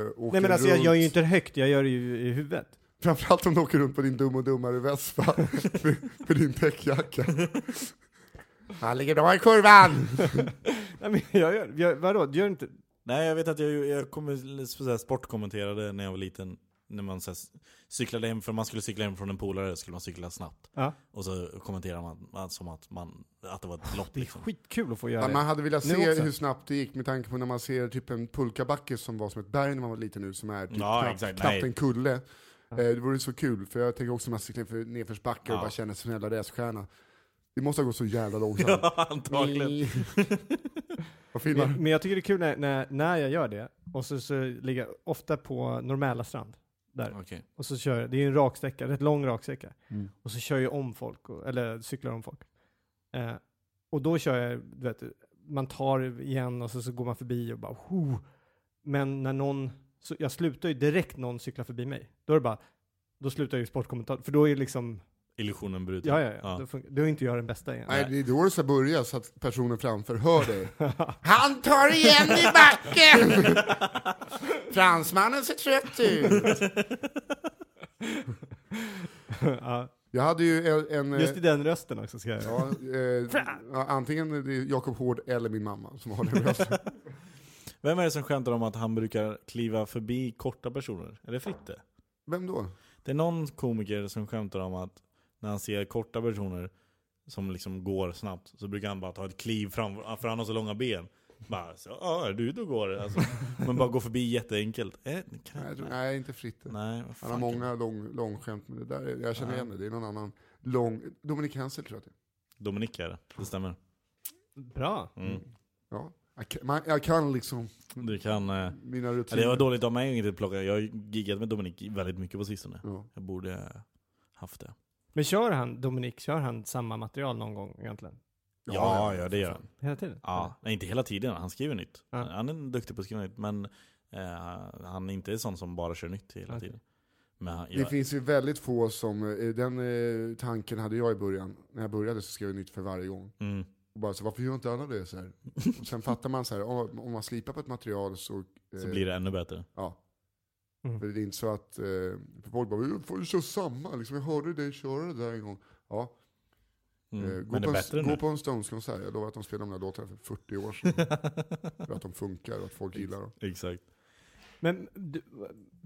Speaker 3: eh, åker
Speaker 2: Nej men alltså jag
Speaker 3: runt,
Speaker 2: gör ju inte det högt, jag gör det ju i huvudet.
Speaker 3: framförallt om du åker runt på din dum och
Speaker 2: [LAUGHS]
Speaker 3: dummare Vespa för, för din täckjacka. Han ligger bra i kurvan!
Speaker 2: Nej men jag gör, jag, vadå, du gör inte?
Speaker 1: Nej, jag vet att jag, jag kommer, så här, sportkommenterade när jag var liten. När man så här, cyklade hem, för man skulle cykla hem från en polare skulle man cykla snabbt.
Speaker 2: Ja.
Speaker 1: Och så kommenterar man man- som att, man, att det var ett lopp
Speaker 2: Det är
Speaker 1: liksom.
Speaker 2: skitkul att få göra
Speaker 3: Ja, man
Speaker 2: det.
Speaker 3: hade velat
Speaker 2: Nu
Speaker 3: se
Speaker 2: också.
Speaker 3: hur snabbt det gick med tanke på när man ser typ en pulkabacke som var som ett berg när man var liten nu, som är typ
Speaker 1: Ja,
Speaker 3: knappt,
Speaker 1: exakt,
Speaker 3: knappt
Speaker 1: nej.
Speaker 3: en kulle.
Speaker 2: Ja.
Speaker 3: Eh, det vore så kul, för jag tänker också när man cyklar för nedförsbackar och
Speaker 1: Ja.
Speaker 3: bara känner sig som en jävla racerstjärna. Det måste ha gått så jävla långsamt.
Speaker 1: [LAUGHS] ja, antagligen.
Speaker 3: Nej. Vad filmar
Speaker 2: Men, men jag tycker det är kul när, när, när jag gör det och så, så ligger jag ofta på normala strand. Där.
Speaker 1: Okej.
Speaker 2: Och så kör jag, det är ju en raksträcka, rätt lång raksträcka.
Speaker 3: Mm.
Speaker 2: Och så kör jag om folk, och, eller cyklar om folk. Eh, och då kör jag, du vet, man tar igen och så, så går man förbi och bara ho. Men när någon, så jag slutar ju direkt någon cyklar förbi mig. Då är det bara, då slutar jag ju sportkommentar. För då är det liksom,
Speaker 1: Illusionen bruten.
Speaker 2: ja ja ja,
Speaker 1: Ja.
Speaker 2: Då, funkar, då är inte jag den bästa igen.
Speaker 3: Nej, det är då det ska börja så att personen framför hör
Speaker 1: [LAUGHS]
Speaker 3: dig. Han tar igen i backen! Fransmannen ser trött ut.
Speaker 2: ja,
Speaker 3: Jag hade ju en... en eh,
Speaker 2: just i den rösten också ska jag göra.
Speaker 3: ja, eh, ja, antingen det är Jakob Hård eller min mamma som har den rösten.
Speaker 1: [LAUGHS] Vem är det som skämtar om att han brukar kliva förbi korta personer? Är det Fritte?
Speaker 3: Vem då?
Speaker 1: Det är någon komiker som skämtar om att när han ser korta personer som liksom går snabbt så brukar han bara ta ett kliv framför, för han har så långa ben. Bara så, ja är du då går det. Alltså, men bara gå förbi jätteenkelt. Eh, kan
Speaker 3: Nej, jag
Speaker 1: jag,
Speaker 3: tror- nej inte Fritte.
Speaker 1: nej, vad
Speaker 3: Han har
Speaker 1: fan.
Speaker 3: många lång, långskämt, men det där, är- jag känner igen det. Det är någon annan lång... Dominik Hensel tror jag att
Speaker 1: Dominik är det, det stämmer.
Speaker 2: Bra.
Speaker 1: Mm.
Speaker 3: det är. Ja. Jag kan, man, jag kan liksom
Speaker 1: Du kan... Eh,
Speaker 3: mina
Speaker 1: ja, det
Speaker 3: rutiner.
Speaker 1: var dåligt av mig att inte plocka. Jag har ju giggat med Dominik väldigt mycket på sistone.
Speaker 3: Ja.
Speaker 1: Jag borde eh, haft det.
Speaker 2: Men kör han, Dominik, kör han samma material någon gång egentligen?
Speaker 3: Ja,
Speaker 1: Ja,
Speaker 3: ja,
Speaker 1: ja,
Speaker 3: för
Speaker 1: det gör
Speaker 3: fan.
Speaker 1: han.
Speaker 2: Hela tiden?
Speaker 1: Ja, nej, inte hela tiden. Han skriver nytt.
Speaker 2: Ja.
Speaker 1: Han är duktig på att skriva nytt, men eh, han är inte sån som bara kör nytt hela
Speaker 2: Okej.
Speaker 1: tiden. Men han,
Speaker 3: Det
Speaker 1: jag,
Speaker 3: finns ju väldigt få som, eh, den eh, tanken hade jag i början. När jag började så skrev jag nytt för varje gång.
Speaker 1: mm,
Speaker 3: Och bara så, varför gör inte alla det så här? Och sen fattar man så här, ja, om man slipar på ett material så... eh,
Speaker 1: så blir det ännu bättre.
Speaker 3: Ja.
Speaker 2: Mm.
Speaker 3: För det är inte så att, eh, för folk bara, "Jag får ju köra samma, liksom, jag hörde dig köra det där en gång. Ja,
Speaker 1: Mm.
Speaker 3: eh, gå,
Speaker 1: men
Speaker 3: på
Speaker 1: det är
Speaker 3: en,
Speaker 1: bättre
Speaker 3: gå
Speaker 1: nu.
Speaker 3: på en Stones-konsert, jag lovar att de spelar de där låtarna för 40 år sedan. för att de funkar och att folk gillar dem.
Speaker 1: [LAUGHS] Exakt.
Speaker 2: Men du,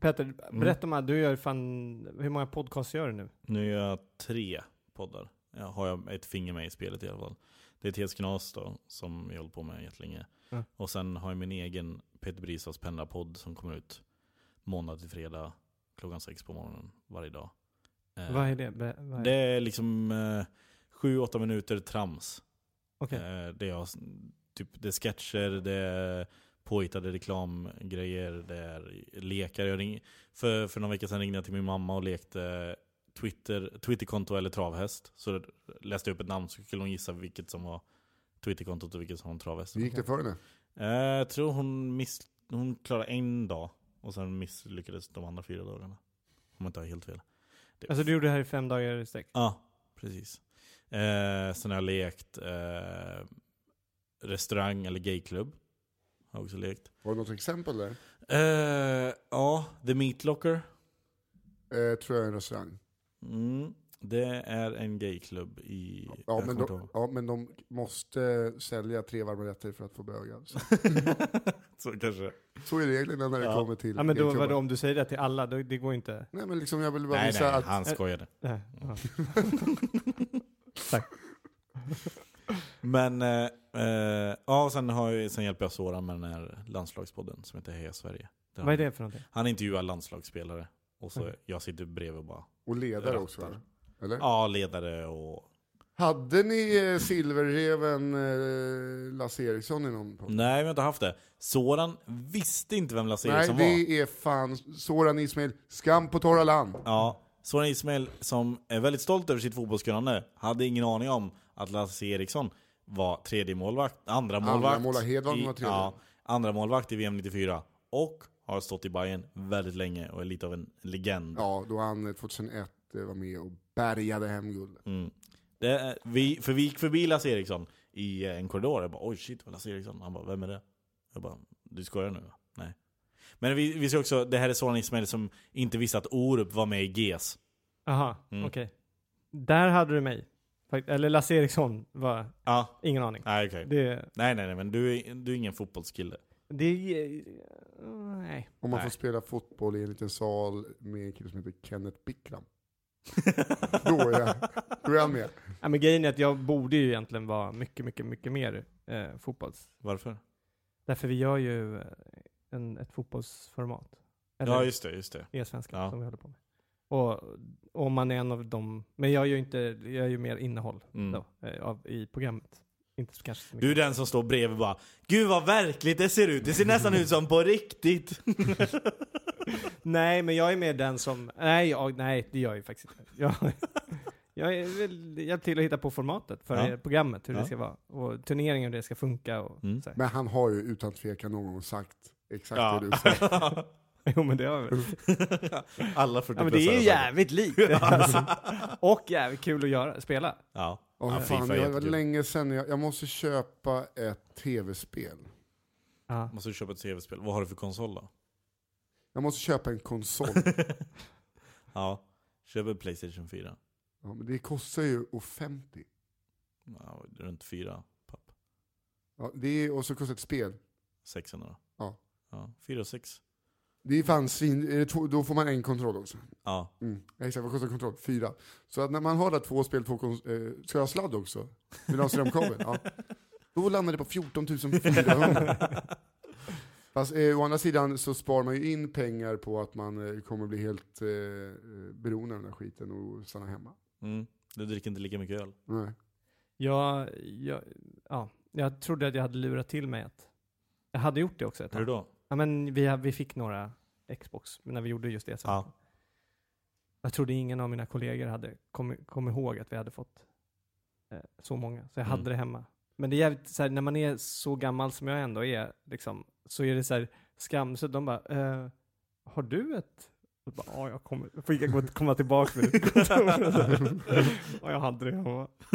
Speaker 2: Peter,
Speaker 1: Mm.
Speaker 2: berätta om att du gör fan, hur många podcasts gör du nu?
Speaker 1: Nu gör jag tre poddar. Jag har jag ett finger med i spelet i alla fall. Det är TS Knas då, som jag håller på med jättelänge.
Speaker 2: Ja.
Speaker 1: Och sen har jag min egen Peter Brisas pendlarpodd som kommer ut måndag till fredag klockan sex på morgonen varje dag. Eh,
Speaker 2: Vad är det? Ber- vad är
Speaker 1: Det är liksom eh, sju, åtta minuter trams.
Speaker 2: Okej.
Speaker 1: Eh, Det är, as- typ, det är sketcher, det är påhittade reklamgrejer, det är lekar. Jag ring, för, för någon vecka sedan ringde jag till min mamma och lekte Twitter, Twitterkonto eller travhäst. Så läste jag upp ett namn så skulle hon gissa vilket som var Twitterkontot och vilket som var en travhäst.
Speaker 3: Hur gick det för henne?
Speaker 1: Eh, Jag tror hon, miss, hon klarade en dag och sen misslyckades de andra fyra dagarna. Om jag inte har helt fel. Det-
Speaker 2: Alltså du gjorde det här i fem dagar i sträck?
Speaker 1: Ja, precis. Eh, sen har jag lekt eh, restaurang eller gayklubb. Har jag också lekt.
Speaker 3: Har du något exempel där?
Speaker 1: Eh, ja, The Meat Locker.
Speaker 3: Eh, tror jag är en restaurang.
Speaker 1: Mm, det är en gayklubb i...
Speaker 3: Ja
Speaker 1: jag
Speaker 3: men,
Speaker 1: kommer inte
Speaker 3: de, [LAUGHS] ja, men de måste sälja tre varma rätter för att få bögar. Så,
Speaker 1: ihåg. Så kanske.
Speaker 3: så är reglerna när det
Speaker 1: Ja.
Speaker 3: kommer till
Speaker 2: Ja men då,
Speaker 3: gayklubbar.
Speaker 2: vadå, om du säger det till alla, då, det går inte?
Speaker 3: Nej men liksom jag vill bara
Speaker 1: Nej,
Speaker 3: visa
Speaker 1: nej,
Speaker 3: att...
Speaker 1: han skojade.
Speaker 2: Nej.
Speaker 1: Mm.
Speaker 2: Ja.
Speaker 1: Men, eh, eh, ja, och sen, har jag, sen hjälper jag Soran med den här landslagspodden som heter Heja Sverige. Där
Speaker 2: Vad är
Speaker 1: han-
Speaker 2: det för någonting?
Speaker 1: Han intervjuar landslagsspelare. Och så
Speaker 2: Okej.
Speaker 1: jag sitter bredvid och bara,
Speaker 3: Och ledare
Speaker 1: Rattar.
Speaker 3: också va? Eller?
Speaker 1: ja, ledare och
Speaker 3: Hade ni eh, Silverreven eh, Lasse Eriksson i någon podd?
Speaker 1: Nej, vi har inte haft det. Soran visste inte vem Lasse
Speaker 3: Nej,
Speaker 1: Eriksson var.
Speaker 3: det är fan Soran Ismail, skam på torra land.
Speaker 1: Ja, Soran Ismail, som är väldigt stolt över sitt fotbollskunnande, hade ingen aning om att Lasse Eriksson var tredje målvakt, andra målvakt.
Speaker 3: målvakt, Hedman
Speaker 1: i-
Speaker 3: var tredje.
Speaker 1: Ja, andra målvakt i VM 94. Och har stått i Bayern väldigt länge och är lite av en legend.
Speaker 3: Ja, då han eh, 2001 eh, var med och bärgade hem guldet.
Speaker 1: Mm. Det, är- vi, för vi gick förbi Lasse Eriksson i eh, en korridor. Jag bara oj shit vad Lasse Eriksson. Han bara vem är det? Jag bara du skojar nu va? Nej. Men vi, vi ser också, det här är Soran Ismail som inte visste att Orup var med i GES.
Speaker 2: Aha,
Speaker 1: Mm.
Speaker 2: okej. Där hade du mig. Fakt- Eller Lasse Eriksson var,
Speaker 1: Ja,
Speaker 2: ingen aning.
Speaker 1: nej okej.
Speaker 2: Det,
Speaker 1: Nej nej nej men du, är- du är ingen fotbollskille.
Speaker 2: det, eh, nej.
Speaker 3: Om man
Speaker 1: Nej.
Speaker 3: får spela fotboll i en liten sal med en kille som heter Kenneth Bickram. [LAUGHS] Då är jag- Då är han med.
Speaker 2: Ja, men grejen är att jag borde ju egentligen vara mycket, mycket, mycket mer eh, fotbolls...
Speaker 1: Varför?
Speaker 2: Därför vi gör ju eh, en, ett fotbollsformat. Eller
Speaker 1: Ja just det, just det.
Speaker 2: e-svenska
Speaker 1: Ja.
Speaker 2: som vi håller på med. Och och om man är en av dem, men jag gör ju inte, jag gör ju mer innehåll
Speaker 1: Mm.
Speaker 2: då, eh, av, i programmet. Inte så kanske så mycket.
Speaker 1: Du är den som står bredvid och bara Gud vad verkligt det ser ut, det ser nästan ut som
Speaker 3: [LAUGHS]
Speaker 1: på riktigt.
Speaker 2: [LAUGHS]
Speaker 1: [LAUGHS]
Speaker 2: Nej, men jag är mer den som... Nej, jag, nej det gör jag ju faktiskt inte. Jag, [LAUGHS] jag är väl hjälpt till att hitta på formatet för
Speaker 1: Ja.
Speaker 2: eh, programmet, hur
Speaker 1: Ja.
Speaker 2: det ska vara. Och turneringen, hur det ska funka och
Speaker 1: Mm.
Speaker 2: så här. [LAUGHS]
Speaker 3: Men han har ju utan tvekan någon gång sagt exakt
Speaker 1: Ja.
Speaker 3: det du sa.
Speaker 2: Jo, men det har jag väl.
Speaker 1: [LAUGHS] Alla 40
Speaker 2: Ja, men det är ju jävligt likt.
Speaker 1: [LAUGHS]
Speaker 2: alltså.
Speaker 1: ja.
Speaker 2: Och jävligt kul att göra, spela.
Speaker 1: ja.
Speaker 3: Oh, fan,
Speaker 1: FIFA är
Speaker 3: det var
Speaker 1: jättekul.
Speaker 3: länge sedan jag, jag måste köpa ett tv-spel.
Speaker 2: Ja.
Speaker 1: Måste du köpa ett tv-spel? Vad har du för
Speaker 3: [LAUGHS]
Speaker 1: konsol då? [LAUGHS]
Speaker 3: Jag måste köpa en konsol.
Speaker 1: ja, köp en Playstation 4.
Speaker 3: ja, men det kostar ju 50.
Speaker 1: Ja, runt 4 papp.
Speaker 3: Ja, det är, och så kostar ett spel.
Speaker 1: 600.
Speaker 3: Ja.
Speaker 1: ja 4 och 6.
Speaker 3: Det är fan svin, är det två, då får man en kontroll också.
Speaker 1: Ja.
Speaker 3: Mm. Ja, Exakt, vad kostar kontroll? Fyra. Så att när man har där två spel, två kons- eh, ska jag ha sladd också? Vill du ha strömkabel? Ja. Då landar det på 14 400.
Speaker 1: [LAUGHS]
Speaker 3: Fast eh, å andra sidan så sparar man ju in pengar på att man eh, kommer bli helt eh, beroende av den här skiten och stanna hemma.
Speaker 1: Mm. Du dricker inte lika mycket öl.
Speaker 3: Nej.
Speaker 2: Jag, jag, ja, jag trodde att jag hade lurat till mig att... Jag hade gjort det också ett
Speaker 1: Hur
Speaker 2: tag.
Speaker 1: då?
Speaker 2: Ja, men vi, vi fick några Xbox när vi gjorde just det. sen.
Speaker 1: Ja.
Speaker 2: Jag trodde ingen av mina kollegor hade kommit kom ihåg att vi hade fått eh, så många. Så jag hade
Speaker 1: Mm.
Speaker 2: det hemma. Men det är jävligt, så här, när man är så gammal som jag ändå är, liksom, så är det så här skamset. De bara, eh, har du ett? Jag bara, ja, jag kommer. Jag fick gå- komma tillbaka med det till kontoret. [LAUGHS] Ja, jag hade det hemma. [LAUGHS]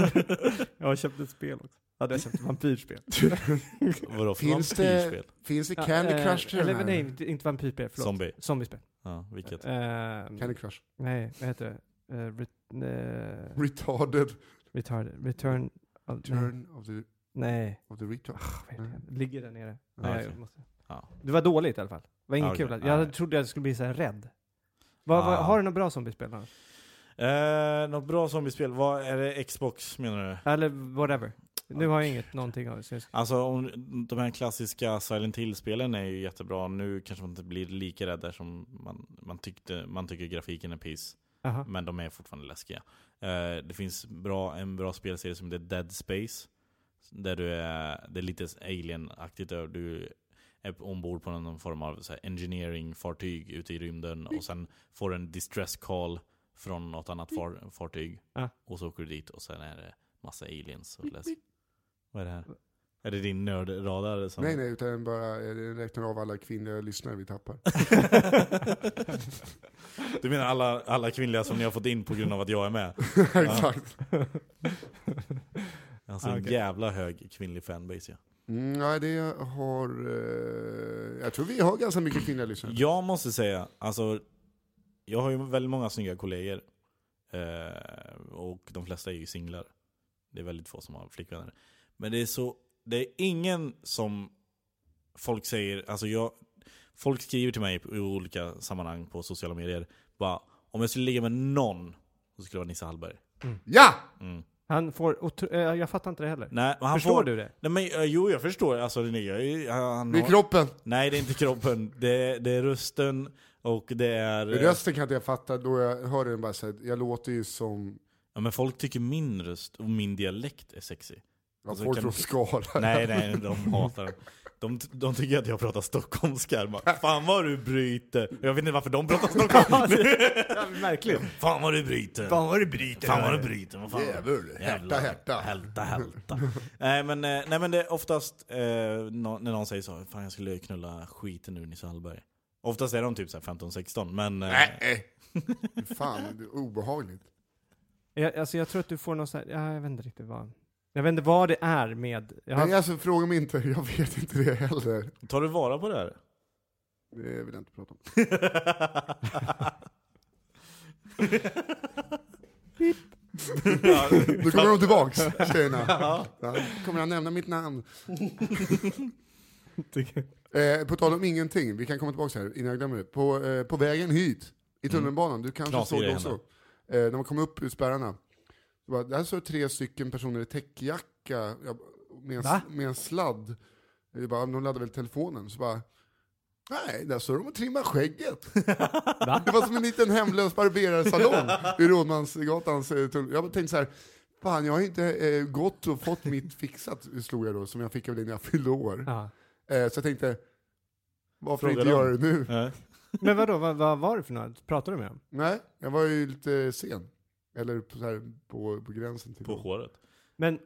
Speaker 2: Jag har köpt ett spel också. Ja, jag köpte vampyrspel.
Speaker 1: Vadå för
Speaker 3: Finns
Speaker 1: vampyrspel?
Speaker 3: det, finns det [LAUGHS] Candy
Speaker 2: Ja, eh,
Speaker 3: Crush till
Speaker 2: Eller
Speaker 3: den
Speaker 2: nej,
Speaker 3: här?
Speaker 2: inte, inte vampyrspel, förlåt.
Speaker 1: Zombie.
Speaker 2: Zombiespel.
Speaker 1: Ja, vilket?
Speaker 2: Eh,
Speaker 3: Candy Crush.
Speaker 2: nej, vad heter det? Eh, ret- eh,
Speaker 3: Retarded.
Speaker 2: Retarded. Return of...
Speaker 3: Turn
Speaker 2: Mm.
Speaker 3: of the,
Speaker 2: Nej.
Speaker 3: of the retard.
Speaker 2: Vad heter det? Ligger där nere.
Speaker 1: Mm. Ja,
Speaker 2: Nej,
Speaker 1: okej.
Speaker 2: jag måste-
Speaker 1: Ja.
Speaker 2: Det var dåligt i alla fall. Det var inget
Speaker 1: Ja, okej.
Speaker 2: kul.
Speaker 1: Ja,
Speaker 2: Jag
Speaker 1: okej.
Speaker 2: trodde jag skulle bli så här rädd. Vad- vad-
Speaker 1: Ah.
Speaker 2: Har du några bra zombiespel? Någon?
Speaker 1: Eh, något bra zombiespel? Vad är det? Xbox menar du?
Speaker 2: Eller whatever. Nu har jag inget någonting av det. så jag ska-
Speaker 1: Alltså om, de här klassiska Silent Hill-spelen är ju jättebra. Nu kanske man inte blir lika rädd där som man, man, tyckte, man tycker grafiken är piss. Mm.
Speaker 2: Aha.
Speaker 1: Men de är fortfarande läskiga. Eh, det finns bra, en bra spelserie som heter Dead Space. Där du är, det är lite alien-aktigt. där Du är ombord på någon form av så här engineering-fartyg ute i rymden och sen får en distress call från något annat far, fartyg.
Speaker 2: Ja.
Speaker 1: Och så åker du dit och sen är det massa aliens och läs. Vad är det här? Är det din nördradar? Som...
Speaker 3: Nej nej, utan bara eh, räknar av alla kvinnliga lyssnare vi tappar.
Speaker 1: [LAUGHS]
Speaker 3: [LAUGHS]
Speaker 1: du menar alla, alla kvinnliga som ni har fått in på grund av att jag är med?
Speaker 3: Exakt.
Speaker 1: Alltså
Speaker 2: Ah,
Speaker 1: en
Speaker 2: okej.
Speaker 1: jävla hög kvinnlig fanbase ja.
Speaker 3: Mm, nej, det har... Eh, jag tror vi har ganska mycket kvinnliga lyssnare.
Speaker 2: Mm.
Speaker 1: Jag måste säga, alltså jag har ju väldigt många snygga kollegor. Eh, och de flesta är ju singlar. Det är väldigt få som har flickvänner. Men det är så, det är ingen som folk säger, alltså jag, folk skriver till mig i olika sammanhang på sociala medier. Bara, om jag skulle ligga med någon, så skulle det vara Nisse Hallberg.
Speaker 3: Ja!
Speaker 1: Mm.
Speaker 2: Han får otro- eh, Jag fattar inte det heller.
Speaker 1: Nej, men han
Speaker 2: Förstår
Speaker 1: får,
Speaker 2: du det?
Speaker 1: Nej, men, eh, jo, jag förstår. Alltså, det, jag, är- han,
Speaker 3: Det är
Speaker 1: har-
Speaker 3: kroppen.
Speaker 1: nej, det är inte kroppen. Det, är- det är rösten och det är... eh,
Speaker 3: Rösten kan inte jag fatta, då jag hör den bara såhär, jag låter ju som...
Speaker 1: Ja, men folk tycker min röst och min dialekt är sexig.
Speaker 3: Ja,
Speaker 1: Alltså,
Speaker 3: folk
Speaker 1: kan-
Speaker 3: från Skara. [LAUGHS]
Speaker 1: Nej, nej, de hatar den. De, de tycker att jag pratar stockholmska. De [LAUGHS] bara, Fan vad du bryter. Jag vet inte varför de pratar [LAUGHS] stockholmska.
Speaker 2: Märkligt.
Speaker 1: Fan vad du bryter. Fan vad du bryter. Fan vad du bryter. Vad fan.
Speaker 3: Djävul.
Speaker 1: Jävlar.
Speaker 3: Härta, härta. [LAUGHS]
Speaker 1: Hälta, hälta. nej, men, eh, nej men det är oftast eh, nå- när någon säger så, fan jag skulle knulla skiten ur Nisse Hallberg. Oftast är de typ så här 15-16 men... eh, [LAUGHS]
Speaker 3: Nej. Fan, det är obehagligt.
Speaker 2: Jag, alltså jag tror att du får någon sån här, ja, jag vet inte riktigt vad. Jag vet inte vad det är med. Jag har, [LAUGHS]
Speaker 3: Nej, alltså fråga mig inte, jag vet inte det heller.
Speaker 1: Tar du vara på
Speaker 3: [LAUGHS]
Speaker 1: det här?
Speaker 3: Det vill jag inte [LAUGHS] prata om.
Speaker 1: Ja,
Speaker 3: Då kommer de tillbaks, tjejerna. [LAUGHS] Ja, kommer han nämna mitt [LAUGHS] namn? Eh, på tal om ingenting, vi kan komma tillbaks här innan jag glömmer det. På, eh, på vägen hit, Mm. i tunnelbanan, du kanske
Speaker 1: Knasig
Speaker 3: såg det
Speaker 1: grej
Speaker 3: också. Eh, när man kom upp ur spärrarna, det var, där såg tre stycken personer i täckjacka ja, med, en,
Speaker 2: Va?
Speaker 3: med en sladd. Jag bara, de laddade väl telefonen, så bara, nej, där står de och trimmar skägget. Det var som en liten hemlös barberarsalong i Rådmansgatans eh, tull. Jag tänkte så här, fan jag har inte eh, gått och fått mitt fixat, slog jag då, som jag fick av dig när jag fyllde år.
Speaker 2: ja.
Speaker 3: Eh, så jag tänkte, varför
Speaker 1: Fråga
Speaker 3: inte
Speaker 1: dem.
Speaker 3: göra det nu?
Speaker 1: Nej.
Speaker 2: Men vadå, vad, vad var det för något? Pratade du med dem?
Speaker 3: Nej, jag var ju lite sen. Eller på, så här, på, på gränsen till...
Speaker 1: På håret.
Speaker 2: Men...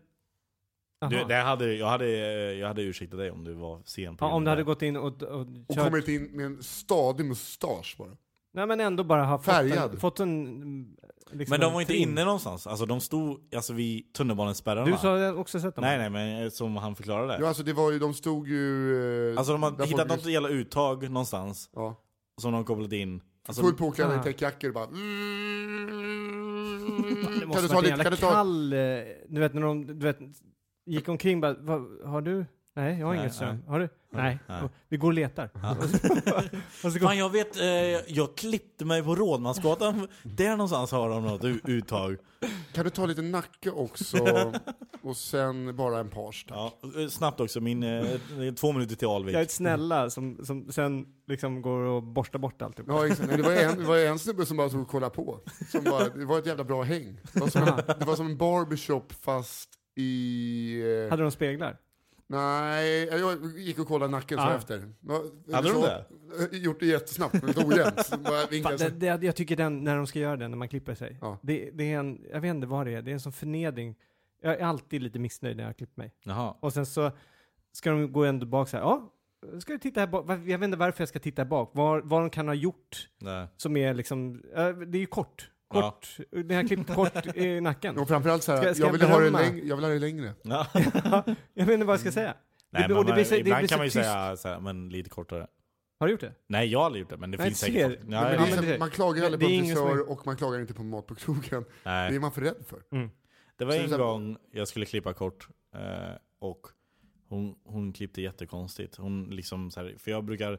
Speaker 2: Aha.
Speaker 1: Du, det hade, jag, hade, eh, jag hade ursäktat dig om du var sen på
Speaker 2: ja, om
Speaker 1: grund
Speaker 2: du
Speaker 1: av
Speaker 2: hade
Speaker 1: det.
Speaker 2: gått in och, och
Speaker 3: och
Speaker 2: kört...
Speaker 3: kommit in med en stadig mustasch bara.
Speaker 2: Nej men ändå bara ha fått en,
Speaker 3: Färgad.
Speaker 2: fått en... mm, liksom
Speaker 1: Men de
Speaker 2: en
Speaker 1: var inte
Speaker 2: trim.
Speaker 1: inne någonstans. Alltså de stod alltså, vid tunnelbanespärrarna.
Speaker 2: Du sa jag har också sett dem?
Speaker 1: Nej nej men eh, som han förklarade.
Speaker 3: Ja, alltså det var ju, de stod ju... Eh,
Speaker 1: alltså de
Speaker 3: där
Speaker 1: har hittat
Speaker 3: folk-
Speaker 1: något jävla uttag någonstans
Speaker 3: Ja.
Speaker 1: som de har kopplat in. Alltså,
Speaker 3: Fullt påklädda
Speaker 2: Ah.
Speaker 3: i täckjackor bara...
Speaker 2: Mm. Det
Speaker 3: Kan
Speaker 2: måste
Speaker 3: du
Speaker 2: varit en
Speaker 3: ta lite,
Speaker 2: jävla
Speaker 3: kan du ta...
Speaker 2: kall... eh, Du vet när de, du vet, gick omkring bara, vad, har du? Nej, jag har
Speaker 1: Nej,
Speaker 2: inget sömn.
Speaker 1: nej.
Speaker 2: Har du? Nej.
Speaker 1: nej.
Speaker 2: Och Vi går och letar.
Speaker 1: Ja. [LAUGHS]
Speaker 2: Och så går-
Speaker 1: Fan jag vet, eh, jag klippte mig på Rådmansgatan. Där någonstans har de något u- uttag.
Speaker 3: Kan du ta lite nacke också?
Speaker 2: [LAUGHS]
Speaker 3: och sen bara en page tack.
Speaker 1: Ja, eh, snabbt också, min, eh, två minuter till Alvik.
Speaker 2: Jag är ett snälla som, som sen liksom går och borstar bort alltihop.
Speaker 3: Ja, exakt. Nej, det, var en, det var en snubbe som bara stod och kollade på. Som bara, det var ett jävla bra häng. Det var som, det var som en barbershop fast i... eh,
Speaker 2: Hade de speglar?
Speaker 3: Nej, jag gick och kollade nacken så
Speaker 2: Ah.
Speaker 3: efter. Jag-
Speaker 1: Hade de
Speaker 3: så-
Speaker 1: det?
Speaker 3: eh, Gjort det jättesnabbt, men lite ojämnt. Så bara
Speaker 2: Fan,
Speaker 3: vinkade
Speaker 2: det,
Speaker 3: så.
Speaker 2: det, jag tycker den, när de ska göra den, när man klipper sig.
Speaker 3: Ja.
Speaker 2: Det, det är en, jag vet inte vad det är, det är en sån förnedring. Jag är alltid lite missnöjd när jag har klippt mig.
Speaker 1: Jaha.
Speaker 2: Och sen så ska de gå ändå bak så här, ja, ska du titta här bak? Va- Jag vet inte varför jag ska titta här bak. Vad, vad de kan ha gjort
Speaker 1: Nej.
Speaker 2: som är liksom, eh, det är ju kort. Kort, den här klippt kort
Speaker 1: [LAUGHS]
Speaker 2: i nacken.
Speaker 3: Och framförallt så här,
Speaker 2: Ska jag- ska
Speaker 3: jag,
Speaker 2: jag
Speaker 3: ville ha det
Speaker 2: berömma?
Speaker 3: läng- jag vill ha det längre.
Speaker 1: Ja.
Speaker 2: jag vet inte vad jag ska säga.
Speaker 1: Mm. Nej,
Speaker 2: blir-
Speaker 1: men
Speaker 2: och det
Speaker 1: man,
Speaker 2: blir så- det
Speaker 1: ibland
Speaker 2: blir så
Speaker 1: kan man ju
Speaker 2: tyst.
Speaker 1: säga så här, men lite kortare.
Speaker 2: Har du gjort det?
Speaker 1: Nej, jag har aldrig gjort det, men det
Speaker 2: Nej,
Speaker 1: finns
Speaker 2: ser.
Speaker 1: säkert folk.
Speaker 2: Ja,
Speaker 3: men
Speaker 2: ja,
Speaker 3: det är
Speaker 2: men
Speaker 3: så här,
Speaker 2: det-
Speaker 3: man klagar aldrig
Speaker 2: det
Speaker 3: på
Speaker 2: är
Speaker 3: en
Speaker 2: ingen som
Speaker 3: frisör
Speaker 2: är-
Speaker 3: och man klagar inte på mat på krogen. Det
Speaker 1: Nej.
Speaker 3: är man för rädd för.
Speaker 1: Det var
Speaker 3: Så det
Speaker 1: en
Speaker 3: är så här-
Speaker 1: gång jag skulle klippa kort eh, och hon, hon klippte jättekonstigt. Hon liksom så här, för jag brukar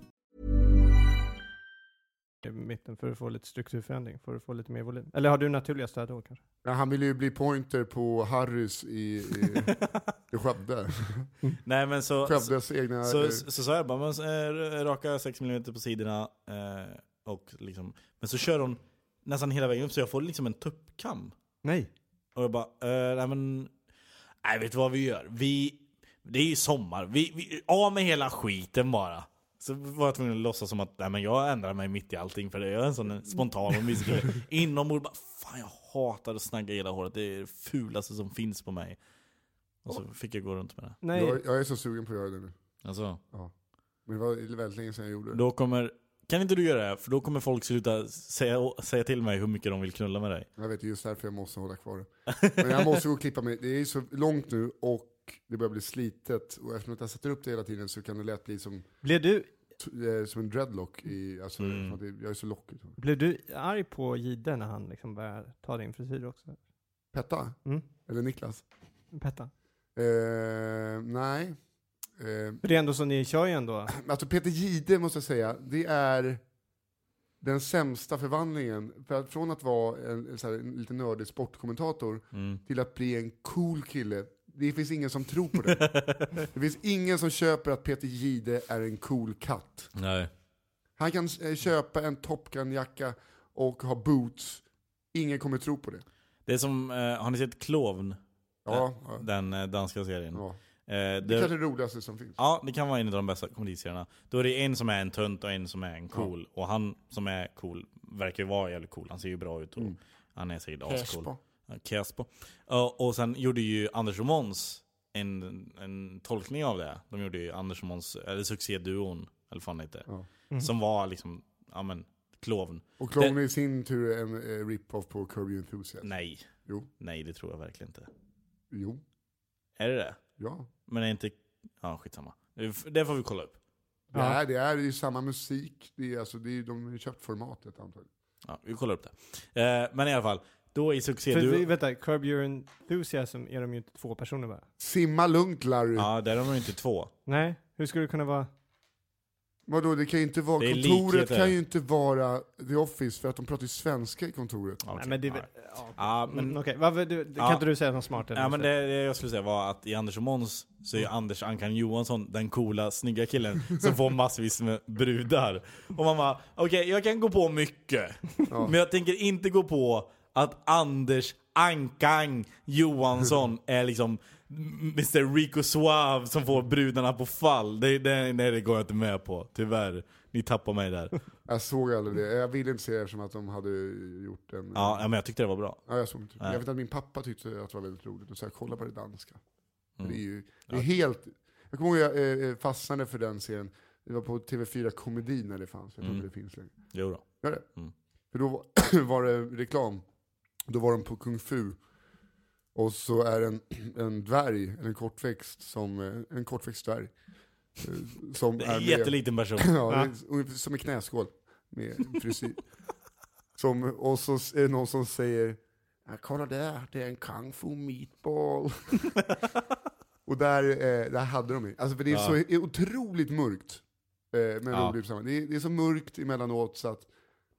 Speaker 2: i mitten för att få lite strukturförändring, för att få lite mer volym. Eller har du naturliga stödord kanske?
Speaker 3: Ja, han ville ju bli pointer på Harrys i,
Speaker 1: [LAUGHS]
Speaker 3: i, i Skövde.
Speaker 1: Nej men så, så,
Speaker 3: Skövdes egna... eh,
Speaker 1: så, så, sa jag bara, men, så, eh, raka 6 mm på sidorna. Eh, och liksom, men så kör hon nästan hela vägen upp så jag får liksom en tuppkam.
Speaker 2: Nej.
Speaker 1: Och jag bara, eh, nej men... Nej vet du vad vi gör? Vi... Det är ju sommar, vi, vi, av med hela skiten bara. Så var jag tvungen att låtsas som att nej, men jag ändrar mig mitt i allting för det. Jag är en [LAUGHS] sån spontan och mysig kille. Inombords bara, fan jag hatar att snagga hela håret. Det är det fulaste som finns på mig. Och så fick jag gå runt med det.
Speaker 2: Nej.
Speaker 3: Jag, jag är så sugen på att göra det nu.
Speaker 1: Alltså,
Speaker 3: Men det var väldigt länge sedan jag gjorde det.
Speaker 1: då kommer... Kan inte du göra det? här? För då kommer folk sluta säga, säga till mig hur mycket de vill knulla med dig.
Speaker 3: Jag vet, just därför jag måste hålla kvar
Speaker 1: [LAUGHS]
Speaker 3: det. Men jag måste gå och klippa mig. Det är ju så långt nu och det börjar bli slitet. Och eftersom att jag sätter upp det hela tiden så kan det lätt bli som,
Speaker 2: Blev du,
Speaker 3: eh, som en dreadlock. I, alltså, eftersom
Speaker 1: Mm.
Speaker 3: att det- Jag är så lockig.
Speaker 2: blev du arg på Jihde när han liksom började ta din frisyr också?
Speaker 3: Petta?
Speaker 2: Mm.
Speaker 3: Eller Niklas?
Speaker 2: Petta?
Speaker 3: Eh, nej. Eh,
Speaker 2: För det är ändå så, ni kör ju ändå.
Speaker 3: Alltså Peter Jihde måste jag säga, det är den sämsta förvandlingen. För att från att vara en, en så här, en lite nördig sportkommentator
Speaker 1: [LAUGHS]
Speaker 3: till att bli en cool kille. Det finns ingen som tror på
Speaker 1: [LAUGHS]
Speaker 3: det. det finns ingen som köper att Peter Jihde är en cool katt.
Speaker 1: Nej.
Speaker 3: Han kan eh, köpa en Top Gun-jacka och ha boots. Ingen kommer tro på det.
Speaker 1: Det är som, eh, har ni sett Klovn?
Speaker 3: Ja, ja.
Speaker 1: Den eh, danska serien.
Speaker 3: ja.
Speaker 1: Eh,
Speaker 3: Det är
Speaker 1: det,
Speaker 3: kanske det roligaste som finns.
Speaker 1: ja, det kan vara en av de bästa komediserierna. Då är det en som är en tunt och en som är en cool. Och han som är cool verkar ju vara jävligt cool. Han ser ju bra ut och
Speaker 3: Mm.
Speaker 1: han är säkert ascool.
Speaker 3: Kespo.
Speaker 1: Ja, Kespo. Ja, och sen gjorde ju Anders och Måns en, en tolkning av det. De gjorde ju Anders och Måns, eller succéduon, eller vad fan det heter. Som var liksom, ja men, Klovn.
Speaker 3: Och Clown är i sin tur en eh, rip-off på Curb Your Enthusiasm.
Speaker 1: Nej.
Speaker 3: Jo.
Speaker 1: Nej, det tror jag verkligen inte.
Speaker 3: Jo,
Speaker 1: Är det det?
Speaker 3: ja.
Speaker 1: Men är inte... Ja, skitsamma. Det får vi kolla upp.
Speaker 3: Det är, det är ju samma musik, det är, alltså, det är, ju- de har ju köpt formatet antagligen.
Speaker 1: Ja, vi kollar upp det. Eh, men i alla fall, då i succé...
Speaker 2: För,
Speaker 1: Du,
Speaker 2: Vänta, Curb Your Enthusiasm är de ju inte två personer bara.
Speaker 3: Simma lugnt Larry.
Speaker 1: ja, där har de ju inte två.
Speaker 2: Nej, hur skulle det kunna vara?
Speaker 3: Vadå, det kan ju inte vara,
Speaker 1: Det är
Speaker 3: kontoret
Speaker 1: likheter.
Speaker 3: kan ju inte vara The Office för att de pratar ju svenska i kontoret.
Speaker 1: Ja, okej.
Speaker 2: Nej, men det är
Speaker 1: ja.
Speaker 2: väl... Ja.
Speaker 1: Ja, men,
Speaker 2: Mm, Okej, varför- du- kan
Speaker 1: Ja.
Speaker 2: inte du säga något smart? eller
Speaker 1: ja, men
Speaker 2: så?
Speaker 1: det, det jag skulle säga var att i Anders och Måns så är ju Anders Ankan Johansson den coola, snygga killen [LAUGHS] som får massvis med brudar. Och man bara, okej jag kan gå på mycket. Men jag tänker inte gå på att Anders Ankan [LAUGHS] Johansson är liksom Mr Rico Suave som får brudarna på fall. Det, det, nej, det går jag inte med på, tyvärr. Ni tappar mig [LAUGHS] där.
Speaker 3: Jag såg aldrig det, jag ville inte se det eftersom att de hade gjort en...
Speaker 1: Ja, ja, men jag tyckte det var bra.
Speaker 3: Ja, jag såg inte. Jag vet att min pappa tyckte att det var väldigt roligt och så här, kolla på det danska. För
Speaker 1: Mm.
Speaker 3: Det är ju det är helt... Jag kommer ihåg jag eh, fastnade för den serien, det var på TV4 Komedi när det fanns, jag
Speaker 1: Mm.
Speaker 3: tror inte det finns längre.
Speaker 1: Jo då.
Speaker 3: Gör det?
Speaker 1: Mm.
Speaker 3: För då var- [CLEARS THROAT] var det reklam. Då var de på Kung Fu. Och så är det en, [CLEARS THROAT] en dvärg, eller en kortväxt, som, eh, en kortväxt dvärg. eh, Som
Speaker 1: Det
Speaker 3: är
Speaker 1: är en
Speaker 3: med-
Speaker 1: jätteliten [LAUGHS] person.
Speaker 3: Ja, det är ungefär som en knäskål med frisyr. som, och så är det någon som säger, "Ja, kolla där, det är en kung fu meatball. [LAUGHS] Och där, eh, där hade de ju. Alltså för det är
Speaker 1: Ja.
Speaker 3: så det är otroligt mörkt. Eh, men
Speaker 1: Ja.
Speaker 3: roligt samman. Det, är, det är så mörkt emellanåt så att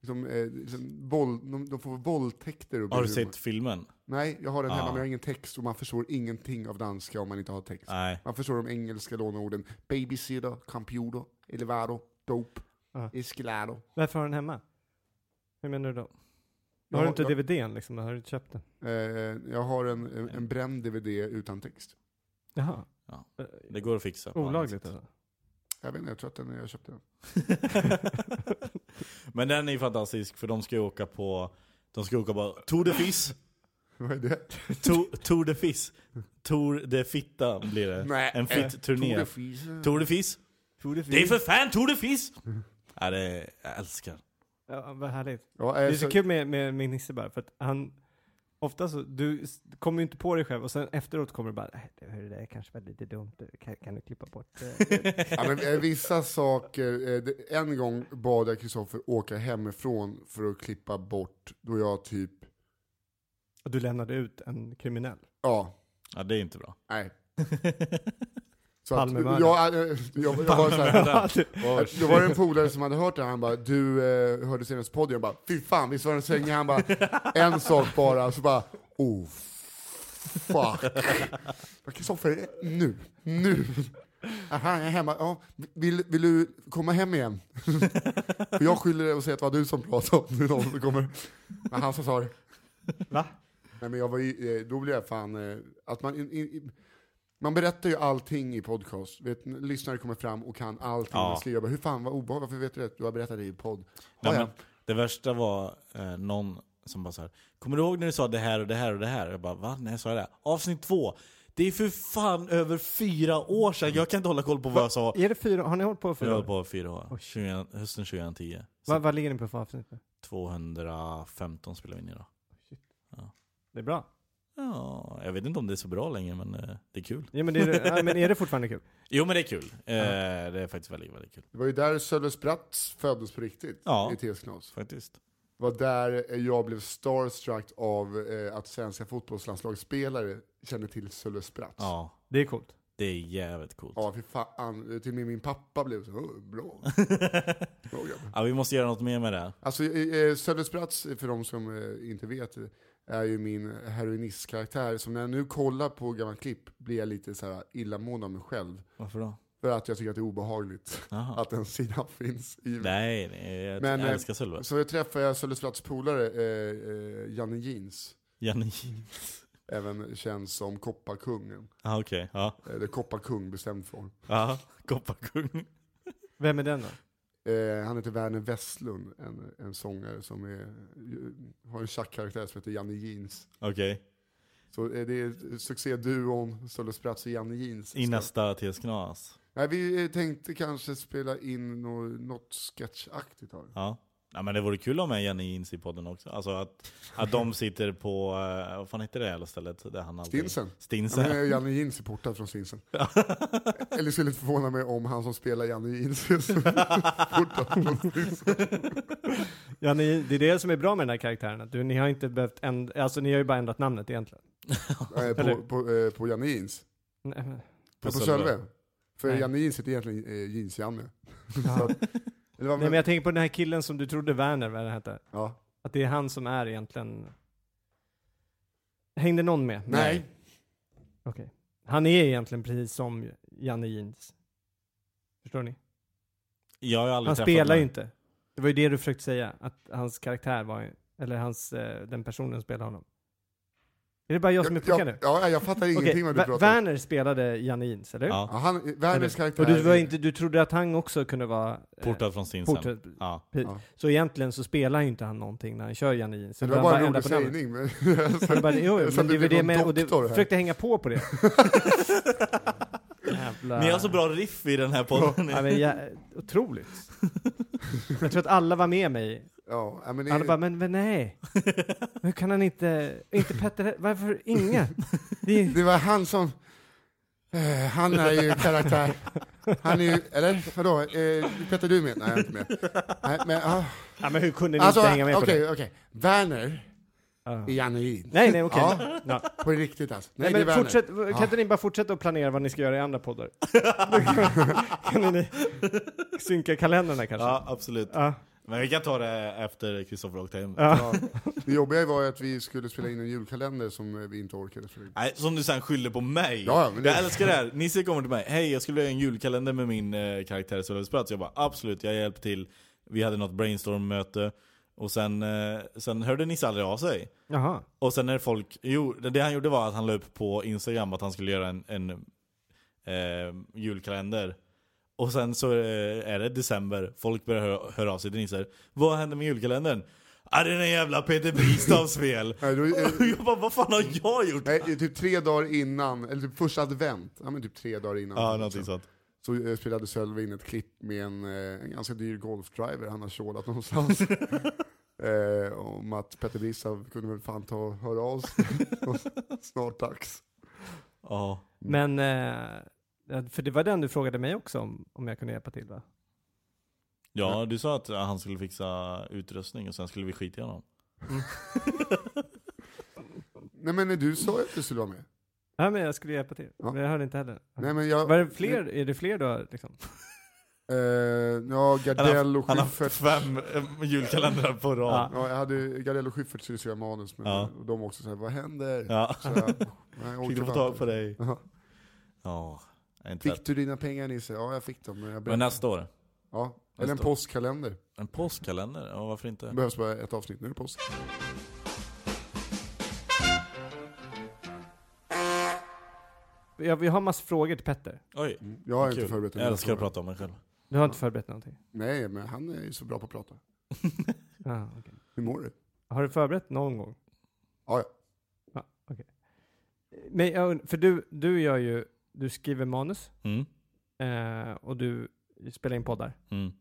Speaker 3: liksom, eh, liksom, våld, de, de får våldtäkter och
Speaker 1: Har du
Speaker 3: blir humor.
Speaker 1: sett filmen?
Speaker 3: Nej, jag har den hemma
Speaker 1: Ja.
Speaker 3: men jag har ingen text och man förstår ingenting av danska om man inte har text.
Speaker 1: Nej.
Speaker 3: Man förstår de engelska låneorden babysitter, computer, elevado, dope,
Speaker 2: Ja.
Speaker 3: escalado.
Speaker 2: Varför har du den hemma? Hur menar du då? har
Speaker 3: Jag har-
Speaker 2: du inte
Speaker 3: jag-
Speaker 2: DVDn liksom? Har du inte köpt den?
Speaker 3: Eh, jag har en, en- en bränd DVD utan text.
Speaker 2: Jaha.
Speaker 1: Ja.
Speaker 2: Eh,
Speaker 1: Det går att fixa. på annat
Speaker 2: Olagligt
Speaker 1: sätt.
Speaker 2: alltså?
Speaker 3: Jag vet inte, jag tror att den,
Speaker 2: [LAUGHS]
Speaker 3: jag köpte den.
Speaker 1: [LAUGHS] Men den är ju fantastisk för de ska ju åka på... De ska åka på Tour de Fis.
Speaker 3: Vad är det?
Speaker 1: Tour, Tour de Fis. Tour de Fitta blir det. en
Speaker 3: eh, Tour de
Speaker 1: fitt-turné.
Speaker 3: Fis.
Speaker 1: Tour de Fis. Det är för fan Tour de Fis! Ja, det jag älskar.
Speaker 2: Ja, vad härligt.
Speaker 3: Ja,
Speaker 2: Det
Speaker 3: eh,
Speaker 2: är så kul med, med, med Nisse bara, för att han... Ofta så, du s- kommer ju inte på dig själv och sen efteråt kommer du bara "Nej, det, hörru, det där kanske var lite dumt, kan, kan du klippa bort det?
Speaker 1: [LAUGHS]
Speaker 3: Ja, men, eh, vissa saker, eh, det- en gång bad jag Kristoffer åka hemifrån för att klippa bort då jag typ,
Speaker 2: Och du lämnade ut en kriminell.
Speaker 3: ja,
Speaker 1: Ja, det är
Speaker 3: [LAUGHS]
Speaker 1: inte bra.
Speaker 3: nej. Så
Speaker 2: Palmemördare.
Speaker 3: jag, jag, jag, jag var så
Speaker 2: [LAUGHS]
Speaker 3: här,
Speaker 1: Oj.
Speaker 3: Då var det en polare som hade hört det här, han bara du eh, hörde senast podden, jag bara fy fan visst var den svängig? Han bara en sak bara, så bara oh fuck. Bara, Kristoffer, nu, nu. Aha, jag är hemma. Ja, vill, vill du komma hem igen? För jag skyller dig och säger att det var du som pratade om det, någon som kommer. Men han som sa det.
Speaker 2: Va?
Speaker 3: Nej men jag var ju, eh, då blev jag fan, eh, att man, in, in, in- man berättar ju allting i podcast. Vet, n- lyssnare kommer fram och kan allting.
Speaker 1: Ja.
Speaker 3: Ja. Jag bara, hur fan vad obehagligt, varför vet du det? Du har berättat det i podd.
Speaker 1: Nej,
Speaker 3: Ja,
Speaker 1: men det värsta var eh, någon som bara så här. Kommer du ihåg när du sa det här och det här och det här? Jag bara va? Nej, sa jag det? Avsnitt två. Det är för fan över fyra år sedan. Jag kan inte hålla koll på vad jag sa.
Speaker 2: Är det fyra, har ni hållit på
Speaker 1: Jag
Speaker 2: fyra
Speaker 1: höll
Speaker 2: år?
Speaker 1: på i fyra år. 20, hösten 2010. Så
Speaker 2: Vad, vad ligger ni på för avsnitt nu?
Speaker 1: 215 spelar vi in idag.
Speaker 2: Det är bra.
Speaker 1: Ja, jag vet inte om det är så bra längre men eh, det är kul.
Speaker 2: Ja, men, det är, ja, men är det fortfarande kul?
Speaker 1: Jo men det är kul. Eh, Det är faktiskt väldigt, väldigt kul.
Speaker 3: Det var ju där Sölve Spratz föddes på riktigt,
Speaker 1: Ja.
Speaker 3: i TS Knas.
Speaker 1: Faktiskt.
Speaker 3: Det var där eh, jag blev starstruck av eh, att svenska fotbollslandslagsspelare känner till Sölve Spratz.
Speaker 1: Ja,
Speaker 2: Det är coolt.
Speaker 1: det är jävligt coolt.
Speaker 3: Ja, fy fan. Till och med min pappa blev så, "Åh,
Speaker 1: [LAUGHS]
Speaker 3: bra. bra grabbar."
Speaker 1: Ja, vi måste göra något mer med det.
Speaker 3: Alltså, eh, eh, Söders plats, för de som eh, inte vet, är ju min heroinistkaraktär. Så när jag nu kollar på gamla klipp blir jag lite så här illamående av mig själv.
Speaker 1: Varför då?
Speaker 3: För att jag tycker att det är obehagligt
Speaker 1: Jaha.
Speaker 3: att en sida finns i mig.
Speaker 1: Nej, nej, jag
Speaker 3: Men, eh,
Speaker 1: älskar Sölve.
Speaker 3: Så jag träffade Söders plats polare, eh, eh, Janne Jeans.
Speaker 1: Janne
Speaker 3: Även känd som Kopparkungen.
Speaker 1: Ja, okej. Ja.
Speaker 3: Eller Kopparkung bestämd form.
Speaker 1: Ja, kopparkung.
Speaker 2: Vem är den då?
Speaker 3: Eh, han heter Werner Westlund, en, en sångare som är, har en tjackkaraktär som heter Janne Jeans.
Speaker 1: Okej.
Speaker 3: Så eh, det är succéduon Sölve Spratz och Janne Jeans.
Speaker 1: I nästa TS Knas.
Speaker 3: Nej, vi eh, tänkte kanske spela in nå- något sketchaktigt här.
Speaker 1: Ja. ja. men det vore kul om jag Janne Jins i podden också. Alltså att, att
Speaker 3: [LAUGHS]
Speaker 1: de sitter på, eh, vad fan heter det jävla stället? Där han alltid...
Speaker 3: Stinsen.
Speaker 1: Stinsen.
Speaker 3: Ja, men eh, Janne Jeans är portad från Stinsen.
Speaker 1: [LAUGHS]
Speaker 3: Eller skulle inte förvåna mig om han som spelar Janne Jeans [LAUGHS] är så portad från Stinsen.
Speaker 2: Ja, ni, det är det som är bra med den här karaktären, att du, ni har inte behövt ändra, alltså ni har ju bara ändrat namnet egentligen.
Speaker 3: Eh,
Speaker 2: Eller-
Speaker 3: på, på, eh, på Janne Jeans.
Speaker 2: Nej, men-
Speaker 3: På, på
Speaker 1: Sölve.
Speaker 3: Sölve. För
Speaker 2: Nej.
Speaker 3: Janne Jeans heter egentligen eh, Jeans-Janne.
Speaker 2: [LAUGHS] Ja.
Speaker 3: Eller vad
Speaker 2: Nej men jag tänker på den här killen som du trodde Werner, vad den hette.
Speaker 3: ja.
Speaker 2: Att det är han som är egentligen... Hängde någon med?
Speaker 3: Nej.
Speaker 2: Okej. Han är egentligen precis som Janne Jeans. Förstår ni?
Speaker 1: Jag har ju aldrig
Speaker 2: Han
Speaker 1: träffat
Speaker 2: spelar ju
Speaker 1: honom.
Speaker 2: inte. Det var ju det du försökte säga, att hans karaktär var, eller hans, eh, den personen som spelade honom. Är det bara jag som är
Speaker 3: ja,
Speaker 2: puckad nu?
Speaker 3: ja, jag fattar ingenting
Speaker 2: Okej,
Speaker 3: vad du
Speaker 2: Ver-
Speaker 3: pratar om.
Speaker 2: Werner spelade Janne Jeans, eller hur?
Speaker 3: Ja,
Speaker 1: Ja,
Speaker 3: han,
Speaker 2: Eller?
Speaker 3: Werners karaktär...
Speaker 2: Och du, var inte, du trodde att han också kunde vara... eh,
Speaker 1: portad från Stinsen.
Speaker 2: portad.
Speaker 1: Ja.
Speaker 3: Ja.
Speaker 2: Så egentligen så spelar ju inte han någonting när han kör Janne Jeans.
Speaker 3: Det
Speaker 2: utan
Speaker 3: var
Speaker 2: han
Speaker 3: bara en
Speaker 2: ändrar
Speaker 3: rolig
Speaker 2: på namnet.
Speaker 3: sägning.
Speaker 2: [LAUGHS]
Speaker 3: Men,
Speaker 2: Jag
Speaker 3: [LAUGHS]
Speaker 2: bara, jo, jo, men
Speaker 3: Så att
Speaker 2: det
Speaker 3: det
Speaker 2: var
Speaker 3: blir
Speaker 2: det
Speaker 3: någon
Speaker 2: med, och det
Speaker 3: doktor här.
Speaker 2: försökte hänga på
Speaker 3: [LAUGHS]
Speaker 2: på det. Jävla...
Speaker 1: Ni har så bra riff i den här podden.
Speaker 2: Ja, men, jag, otroligt. Jag tror att alla var med mig.
Speaker 3: ja, ja, men det,
Speaker 2: Alla bara, men, men nej. Hur kan han inte, inte Petter, varför inga? Det är,
Speaker 3: det var han som... Eh, han är ju karaktär. Han är ju, eller vadå? Eh, Petter, du är med?
Speaker 2: [LAUGHS]
Speaker 3: Nej, jag är inte med. Nej, men, ah.
Speaker 2: [LAUGHS] ja, men hur kunde ni
Speaker 3: Alltså,
Speaker 2: inte hänga med
Speaker 3: okej,
Speaker 2: på det?
Speaker 3: okej. Werner i januari.
Speaker 2: Nej, nej, okej.
Speaker 3: Ja,
Speaker 2: Ja.
Speaker 3: på riktigt alltså. Nej,
Speaker 2: Nej,
Speaker 3: det är
Speaker 2: men
Speaker 3: Werner.
Speaker 2: fortsätt, kan inte ni bara fortsätta att planera vad ni ska göra i andra
Speaker 3: [LAUGHS]
Speaker 2: poddar? kan ni synka kalendrarna kanske?
Speaker 1: [LAUGHS] Ja, absolut.
Speaker 2: Ja.
Speaker 1: Men vi kan ta det efter Kristoffer åkte hem.
Speaker 3: Ja. Det jobbiga var ju att vi skulle spela in en julkalender som eh, vi inte orkade spela in.
Speaker 1: Nej, som du sen skyller på mig.
Speaker 3: Ja, ja, men det-
Speaker 1: Jag älskar det här. Nisse kommer till mig. Hej, jag skulle vilja göra en julkalender med min eh, karaktär så jag bara absolut, jag hjälper till. Vi hade något brainstorm-möte. Och sen, eh, sen hörde Nisse aldrig av sig.
Speaker 3: Mm.
Speaker 2: Jaha.
Speaker 1: Och sen när folk, jo, det han gjorde var att han la upp på Instagram att han skulle göra en, en eh, julkalender. Och sen så eh, är det december, folk börjar höra, höra av sig till Nisse. Vad hände med julkalendern? Ah, det är den jävla Peter Bristavs fel!
Speaker 3: Nej, då- eh,
Speaker 2: [LAUGHS]
Speaker 1: Och [LAUGHS] jag bara, vad fan har jag gjort?
Speaker 3: Nej, det är typ tre dagar innan, eller typ första advent, ja men typ tre dagar innan.
Speaker 1: Ja, någonting sånt.
Speaker 3: Så eh, spelade Sölve in ett klipp med en, eh, en ganska dyr golfdriver han har
Speaker 2: [LAUGHS]
Speaker 3: tjålat någonstans. eh, om att Petter Brisav kunde väl fan ta och höra av sig. [LAUGHS] Snart dags.
Speaker 1: Ja.
Speaker 2: Men, eh, ja, för det var den du frågade mig också om, om jag kunde hjälpa till va?
Speaker 1: Ja, du sa att eh, han skulle fixa utrustning och sen skulle vi skita i honom.
Speaker 3: Nej men du sa ju att du skulle vara med.
Speaker 2: Ja, men jag skulle hjälpa till.
Speaker 3: Ja.
Speaker 2: Men jag hörde inte heller.
Speaker 3: Nej, men jag,
Speaker 2: Var det fler, är det fler då liksom?
Speaker 3: Eh, ja, Gardell och
Speaker 1: Han har haft
Speaker 3: Schyffert.
Speaker 1: fem eh, julkalendrar på rad.
Speaker 2: Ja.
Speaker 3: Ja, jag hade Gardell och Schyffert skulle skriva manus, men
Speaker 1: Ja.
Speaker 3: de var också såhär, vad händer?
Speaker 1: Ja. [LAUGHS]
Speaker 3: Så jag, nej, jag
Speaker 1: Fick du
Speaker 3: orkar
Speaker 1: få
Speaker 3: fan
Speaker 1: tag på
Speaker 3: inte.
Speaker 1: dig?
Speaker 3: Ja.
Speaker 1: Ja, inte lätt.
Speaker 3: Fick du dina pengar Nisse? Ja, jag fick dem. Men jag
Speaker 1: Men
Speaker 3: berättar.
Speaker 1: nästa år?
Speaker 3: ja. Eller en
Speaker 1: nästa år.
Speaker 3: påskkalender.
Speaker 1: En påskkalender? Ja, varför
Speaker 3: Det
Speaker 1: inte?
Speaker 3: behövs bara ett avsnitt, nu är det påsk.
Speaker 2: Jag, vi har massor frågor till Petter.
Speaker 1: Oj,
Speaker 3: Mm. Jag har inte
Speaker 1: kul.
Speaker 3: förberett
Speaker 1: Jag
Speaker 3: några
Speaker 1: älskar att
Speaker 3: frågor.
Speaker 1: prata om mig själv.
Speaker 2: Du har inte förberett någonting?
Speaker 3: Nej, men han är ju så bra på att prata.
Speaker 2: Ah, okej.
Speaker 3: Hur mår du?
Speaker 2: Har du förberett någon gång?
Speaker 3: Ja, ja.
Speaker 2: Men jag, und- för du, du gör ju, du skriver manus
Speaker 1: Mm,
Speaker 2: eh, och du spelar in poddar
Speaker 1: mm,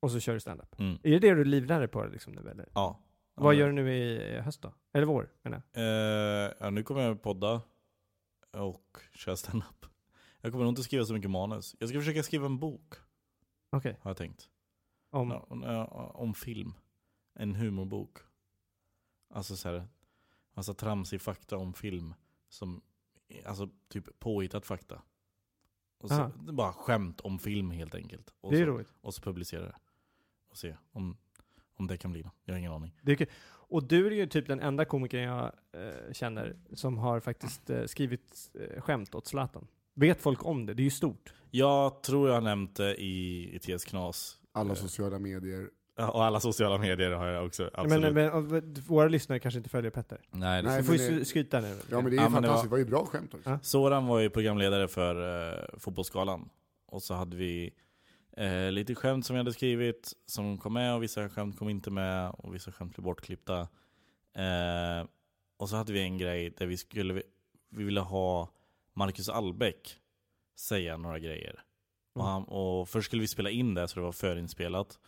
Speaker 2: och så kör du standup.
Speaker 1: mm.
Speaker 2: Är det det du livnär dig på liksom nu eller?
Speaker 1: Ja.
Speaker 2: Vad gör du nu i höst då? Eller vår menar
Speaker 1: Eh, ja, nu kommer jag podda och köra stand-up. Jag kommer nog inte skriva så mycket manus. Jag ska försöka skriva en bok,
Speaker 2: jag. Okej.
Speaker 1: har jag tänkt.
Speaker 2: Om,
Speaker 1: Ja, om- ja, om film. En humorbok. Alltså så här, massa tramsig fakta om film. Som, alltså typ påhittat fakta. Och så,
Speaker 2: Aha.
Speaker 1: det är bara skämt om film helt enkelt. Och
Speaker 2: det är
Speaker 1: så,
Speaker 2: roligt.
Speaker 1: och så publicera det. Och se om, om det kan bli något. Jag har ingen aning.
Speaker 2: Det är kul. Och du är ju typ den enda komikern jag eh, känner som har faktiskt eh, skrivit eh, skämt åt Zlatan. Vet folk om det? Det är ju stort.
Speaker 1: Jag tror jag har nämnt det i, i TS Knas. Eh,
Speaker 3: Alla sociala medier.
Speaker 1: Ja, Och alla sociala medier har jag också. Absolut.
Speaker 2: Men, men eh, våra lyssnare kanske inte följer Petter.
Speaker 1: Nej, det
Speaker 3: Nej,
Speaker 2: Du får
Speaker 3: men
Speaker 2: ju
Speaker 3: det-
Speaker 2: det... skryta nu.
Speaker 3: Ja men det är
Speaker 1: Ja,
Speaker 3: ju
Speaker 1: men det
Speaker 3: fantastiskt,
Speaker 1: var-
Speaker 3: det var ju bra skämt också.
Speaker 2: Ja.
Speaker 1: Soran var ju programledare för eh, Fotbollsskalan. Och så hade vi eh, lite skämt som jag hade skrivit som kom med och vissa skämt kom inte med och vissa skämt blev bortklippta. Eh, och så hade vi en grej där vi skulle vi ville ha Marcus Albeck säga några grejer. Och, han, och först skulle vi spela in det så det var förinspelat.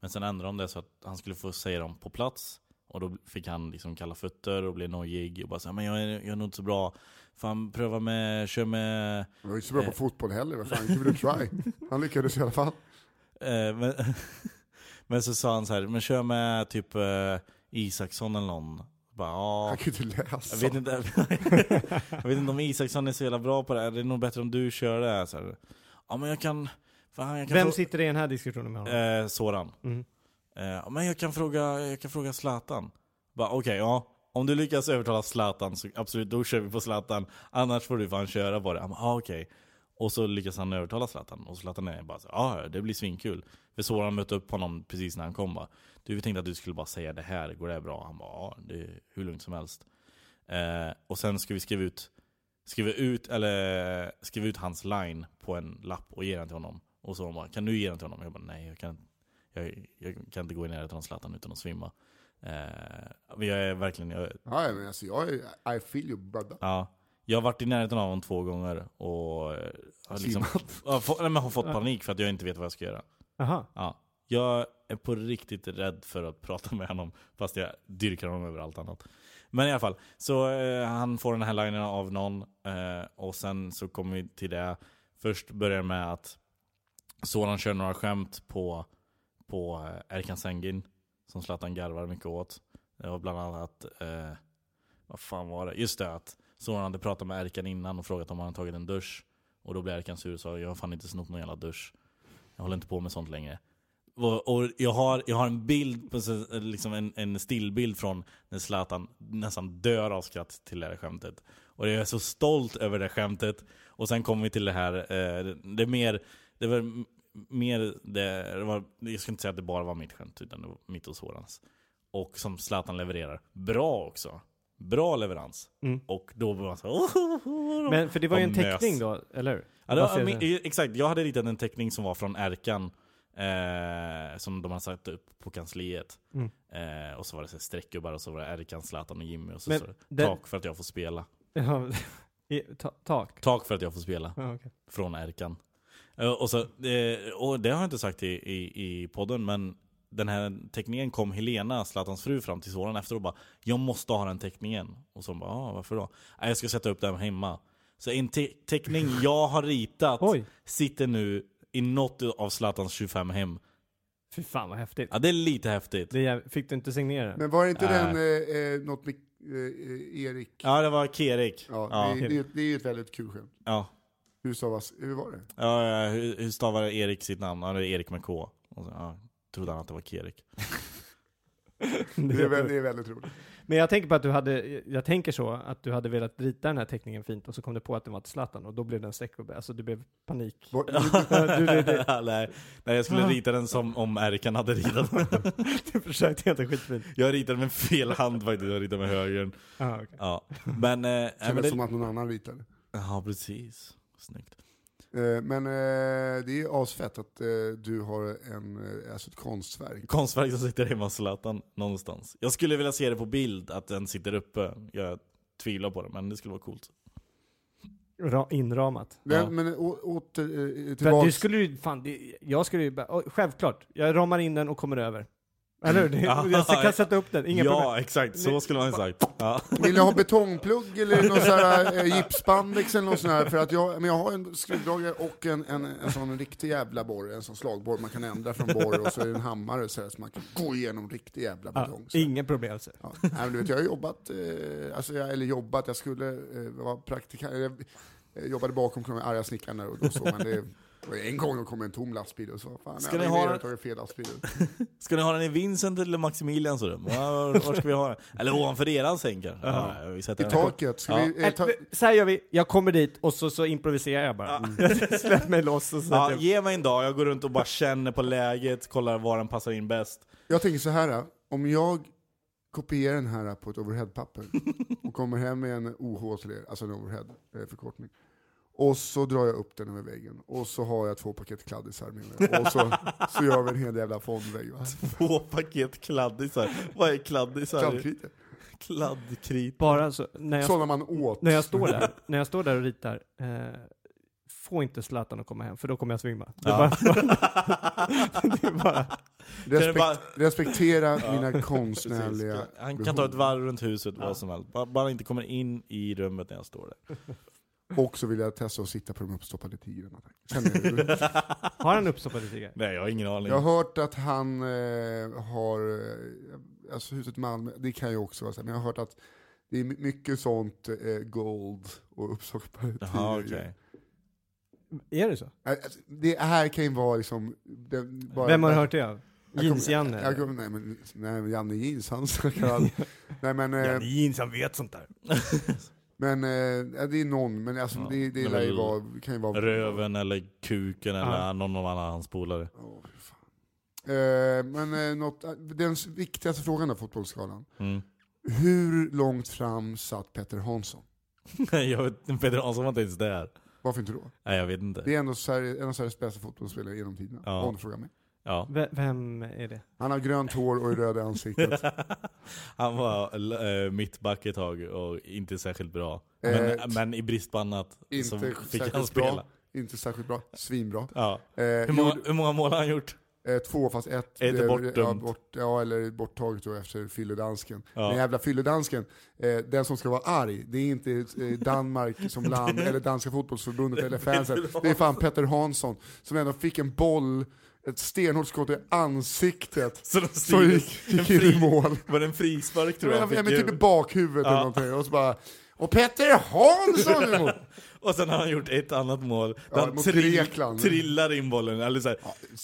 Speaker 1: Men sen ändrade de det så att han skulle få säga dem på plats. Och då fick han liksom kalla fötter och blev nojig och bara såhär, men jag är, jag är nog inte så bra. Fan pröva med, kör med
Speaker 3: Jag var ju inte så bra på fotboll heller, vad fan, give it a
Speaker 1: [LAUGHS]
Speaker 3: try. Han lyckades i alla fall.
Speaker 1: Eh, men, [LAUGHS] men så sa han så här, men kör med typ eh, Isaksson eller någon. Bara, ja,
Speaker 3: Han kan ju inte
Speaker 1: jag,
Speaker 3: läsa.
Speaker 1: vet inte,
Speaker 3: [LAUGHS]
Speaker 1: [LAUGHS] jag vet inte om Isaksson är så jävla bra på det här. Det är nog bättre om du kör det här. Så här. Ja men jag kan... Fan, jag kan
Speaker 2: Vem
Speaker 1: frå-
Speaker 2: sitter i den här diskussionen med honom?
Speaker 1: Eh, Soran.
Speaker 2: Mm.
Speaker 1: Eh, ja, men jag kan fråga, jag kan fråga Zlatan. Bara, Okej, ja. Om du lyckas övertala Zlatan så absolut, då kör vi på Zlatan. Annars får du fan köra på det. Han bara, ah, okej. Och så lyckas han övertala Zlatan. Och Zlatan är bara så, ja ah, det blir svinkul. För Soran mötte upp honom precis när han kom bara. Du vi tänkte att du skulle bara säga det här, går det här bra? Han bara, ja det är hur lugnt som helst. Eh, och sen ska vi skriva ut, skriva ut, eller skriva ut hans line på en lapp och ge den till honom. Och så bara, kan du ge den till honom? Jag bara, nej jag kan, jag, jag kan inte gå i närheten av Zlatan utan att svimma. Eh, men jag är verkligen, jag,
Speaker 3: Ja, men alltså jag är, I feel you brother.
Speaker 1: ja. Jag har varit i närheten av honom två gånger och eh, har, liksom, har, fått, nej, men har fått panik för att jag inte vet vad jag ska göra.
Speaker 3: Eh.
Speaker 2: Aha.
Speaker 1: Ja. Jag är på riktigt rädd för att prata med honom, fast jag dyrkar honom över allt annat. Men i alla fall, så eh, han får den här linen av någon eh, och sen så kommer vi till det. Först börjar med att Soran kör några skämt på, på eh, Erkan Sengin, som Zlatan garvar mycket åt. Det var bland annat, eh, vad fan var det? Just det, att Soran hade pratat med Erkan innan och frågat om han hade tagit en dusch. Och då blev Erkan sur och sa jag har fan inte snott någon jävla dusch. Jag håller inte på med sånt längre. Och, och jag, har, jag har en bild, på så- liksom en, en stillbild från när Zlatan nästan dör av skratt till det här skämtet. Och jag är så stolt över det här skämtet. Och sen kommer vi till det här, eh, det- det är mer, det var m- mer det, det var, jag ska inte säga att det bara var mitt skämt, utan det var mitt och Sorans. Och som Zlatan levererar. Bra också. Bra leverans.
Speaker 2: Mm.
Speaker 1: Och då var man så här,
Speaker 2: Men för det var ju en
Speaker 1: Och
Speaker 2: teckning
Speaker 1: mös.
Speaker 2: då, eller hur?
Speaker 1: Ja, det var,
Speaker 2: Baserat-
Speaker 1: men, eh, exakt, jag hade ritat en teckning som var från Erkan eh, Som de hade satt upp på kansliet
Speaker 2: Mm.
Speaker 1: eh, Och så var det så här streckgubbar och så var det Erkan, Zlatan och Jimmy och så,
Speaker 2: Men
Speaker 1: så
Speaker 2: den-
Speaker 1: Tak för att jag får spela
Speaker 2: [LAUGHS] Ja, i, ta, tak.
Speaker 1: Tak för att jag får spela
Speaker 2: Ja, okej.
Speaker 1: från Erkan Eh, och, så, eh, och det har jag inte sagt i, i, i podden men Den här teckningen kom Helena, Zlatans fru, fram till sonen efter och bara Jag måste ha den teckningen Och så hon bara, ah, varför då? "Nej, Jag ska sätta upp den hemma Så en te- teckning jag har ritat
Speaker 2: Oj,
Speaker 1: sitter nu i något av Zlatans 25 hem.
Speaker 2: fy fan vad häftigt.
Speaker 1: Ja, det är lite häftigt.
Speaker 2: Det är, fick du inte signera [LAUGHS] den?
Speaker 3: Men var det inte
Speaker 1: Äh.
Speaker 3: den eh, eh, något med eh, eh, Erik?
Speaker 1: Ja, det var Kerik.
Speaker 3: Ja,
Speaker 1: Ja.
Speaker 3: Det, det, det är ju ett väldigt kul skämt.
Speaker 1: Ja.
Speaker 3: Hur stavas, hur
Speaker 1: [LAUGHS]
Speaker 3: var det?
Speaker 1: Ja, ja, hur, hur stavar Erik sitt namn? Ja, det är Erik med K. Och så, ja, trodde han att det var Kerik.
Speaker 3: Det är, väl- det är väldigt
Speaker 1: [LAUGHS]
Speaker 3: roligt.
Speaker 2: Men jag tänker på att du hade, jag tänker så, att du hade velat rita den här teckningen fint och så kom du på att den var till Zlatan och då blev den streckgubbe. Alltså det blev panik. [LAUGHS]
Speaker 3: Var,
Speaker 2: du- du- du-
Speaker 1: [LAUGHS] Ja, nej, nej, jag skulle rita den som om Erkan hade ritat den.
Speaker 2: [LAUGHS] Du försökte inte skitfint.
Speaker 1: Jag ritade med fel hand faktiskt, jag ritade med högern.
Speaker 2: Ah, okay.
Speaker 1: Ja, men... Eh, nej,
Speaker 3: kändes
Speaker 1: men det,
Speaker 3: som att någon annan ritade.
Speaker 1: ja, precis. Snyggt.
Speaker 3: Eh, men eh, det är asfett att eh, du har en, eh, alltså ett konstverk.
Speaker 1: Konstverk som sitter hemma hos Zlatan någonstans. Jag skulle vilja se det på bild, att den sitter uppe. Jag tvivlar på det, men det skulle vara coolt.
Speaker 2: Ra, inramat.
Speaker 3: Men,
Speaker 1: Ja.
Speaker 3: men å, åter, eh,
Speaker 2: För att
Speaker 3: tillbaks,
Speaker 2: du skulle ju, fan, det, jag skulle ju bara, oj, självklart, jag ramar in den och kommer över. Eller hur? Det-
Speaker 1: [LAUGHS] Ja.
Speaker 2: Jag kan sätta upp den, inga
Speaker 1: ja,
Speaker 2: problem.
Speaker 1: exakt. Så skulle man ha sagt. Ja.
Speaker 3: vill du ha betongplugg eller någon sån här eh, gipsspandex eller något sån här? För att jag, men jag har en skruvdragare och en, en, en sån riktig jävla borr, en sån slagborr man kan ändra från borr och så är det en hammare så, här, så man kan gå igenom riktig jävla betong.
Speaker 2: Ja,
Speaker 3: så här.
Speaker 2: inga problem. Så.
Speaker 3: Ja. Nej, men du vet, jag har jobbat, eh, alltså jag, eller jobbat, jag skulle eh, vara praktikant, jag eh, jobbade bakom de arga snickarna och då såg man det. Och en gång då kom en tom lastbil och så fan,
Speaker 1: Ska
Speaker 3: jag
Speaker 1: ni
Speaker 3: har
Speaker 1: ha-
Speaker 3: ner och tagit fel lastbil.
Speaker 1: Ska ni ha den i Vincent eller Maximilians rum? Var, var ska vi ha den? Eller ovanför eran säng kanske? Ja, vi
Speaker 3: I
Speaker 1: sätter den.
Speaker 3: taket, ska
Speaker 1: Ja.
Speaker 3: vi, eh, ta,
Speaker 2: Äh, Så här gör vi, jag kommer dit och så, så improviserar jag bara. Mm. [LAUGHS] Släpp mig loss och så. typ.
Speaker 1: Ja, ge mig en dag, jag går runt och bara känner på läget, kollar var den passar in bäst.
Speaker 3: jag tänker så här, om jag kopierar den här på ett overheadpapper och kommer hem med en OH till er, alltså en overhead-förkortning. Och så drar jag upp den över väggen och så har jag två paket kladdisar med mig. Och så, så gör vi en hel jävla fondvägg.
Speaker 1: [LAUGHS]
Speaker 3: va?
Speaker 1: Två paket kladdisar. Vad är kladdisar?
Speaker 3: Kladdkrita.
Speaker 1: Kladdkrit.
Speaker 2: Bara så, när jag
Speaker 3: Sådana man åt.
Speaker 2: när jag står där, när jag står där och ritar, eh, få inte Zlatan att komma hem, för då kommer jag svimma. [LAUGHS] Det är
Speaker 1: Ja.
Speaker 2: bara, det är bara,
Speaker 3: Respekt,
Speaker 1: Kan
Speaker 3: Respektera
Speaker 1: Ja.
Speaker 3: mina konstnärliga
Speaker 1: Precis. Han kan
Speaker 3: behov.
Speaker 1: ta ett varv runt huset,
Speaker 2: Ja.
Speaker 1: vad som helst. Bara, bara inte kommer in i rummet när jag står där.
Speaker 3: Och så vill jag testa att sitta på de uppstoppade tigrarna. tack. Känner du?
Speaker 2: har han uppstoppade tigrar?
Speaker 1: [LAUGHS] Nej, jag har ingen aning.
Speaker 3: Jag har hört att han eh, har, eh, alltså huset Malmö, det kan ju också vara så, här, men jag har hört att det är my- mycket sånt eh, gold och uppstoppade [LAUGHS]
Speaker 1: Jaha,
Speaker 3: tigrar.
Speaker 1: okej.
Speaker 2: Är det så?
Speaker 3: Eh, alltså, Det här kan ju vara liksom... Det, bara,
Speaker 2: Vem har hört det av?
Speaker 3: Jag kommer-
Speaker 2: Jeans-Janne?
Speaker 3: Jag, kommer- nej, men, nej men Janne Jeans,
Speaker 2: [LAUGHS]
Speaker 3: han snackar aldrig. Nej men, eh,
Speaker 1: Jeans, han
Speaker 3: [LAUGHS]
Speaker 1: vet sånt där.
Speaker 3: men eh, ja, det är någon, men alltså,
Speaker 1: Ja,
Speaker 3: det, det
Speaker 1: men
Speaker 3: lär ju
Speaker 1: väl-
Speaker 3: vara, kan ju vara...
Speaker 1: Röven eller kuken eller
Speaker 2: Ja.
Speaker 1: någon av alla hans polare.
Speaker 3: Åh, fy fan. Eh, men eh, något, den s- viktigaste frågan då, fotbollsskalan.
Speaker 1: Mm.
Speaker 3: Hur långt fram satt Petter Hansson?
Speaker 1: [LAUGHS] jag vet, Peter Hansson var inte ens där.
Speaker 3: Varför inte då?
Speaker 1: Nej, jag vet inte.
Speaker 3: Det är ändå Sverige, en av Sveriges bästa fotbollsspelare genom tiderna.
Speaker 1: Ja.
Speaker 3: Om du frågar mig.
Speaker 1: Ja. [LAUGHS]
Speaker 2: Ve- Vem är det?
Speaker 3: Han har grönt hår och är röd i
Speaker 1: [LAUGHS]
Speaker 3: ansiktet.
Speaker 1: han var äh, mittback ett tag och inte särskilt bra. Men,
Speaker 3: Eh,
Speaker 1: men i brist på annat så
Speaker 3: inte
Speaker 1: fick han
Speaker 3: särskilt
Speaker 1: spela.
Speaker 3: bra. Inte särskilt bra. Svinbra.
Speaker 1: Ja.
Speaker 3: Eh,
Speaker 1: Hur, många,
Speaker 3: gjorde,
Speaker 1: hur många mål har han gjort?
Speaker 3: eh, två fast ett.
Speaker 1: Är det
Speaker 3: eh,
Speaker 1: bortdömt?
Speaker 3: Ja, bort, ja, eller borttaget då efter fylledansken.
Speaker 1: Ja.
Speaker 3: Den jävla fylledansken, eh, den som ska vara arg, det är inte eh, Danmark som
Speaker 1: [LAUGHS]
Speaker 3: land, eller Danska fotbollsförbundet eller fansen. Det är fan Petter Hansson, som ändå fick en boll ett stenhårt skott i ansiktet.
Speaker 1: Så de
Speaker 3: Så
Speaker 1: stiger-
Speaker 3: gick, gick
Speaker 1: en
Speaker 3: in i
Speaker 1: fri-
Speaker 3: mål.
Speaker 1: Var det en frispark tror jag?
Speaker 3: Ja,
Speaker 1: han
Speaker 3: men
Speaker 1: fick
Speaker 3: typ i
Speaker 1: ut?
Speaker 3: bakhuvudet eller någonting. Och så bara, och Petter Hansson är emot.
Speaker 1: Och sen har han gjort ett annat mål, där
Speaker 3: Ja,
Speaker 1: han
Speaker 3: mot
Speaker 1: trill-
Speaker 3: Grekland.
Speaker 1: trillar in bollen, eller så här,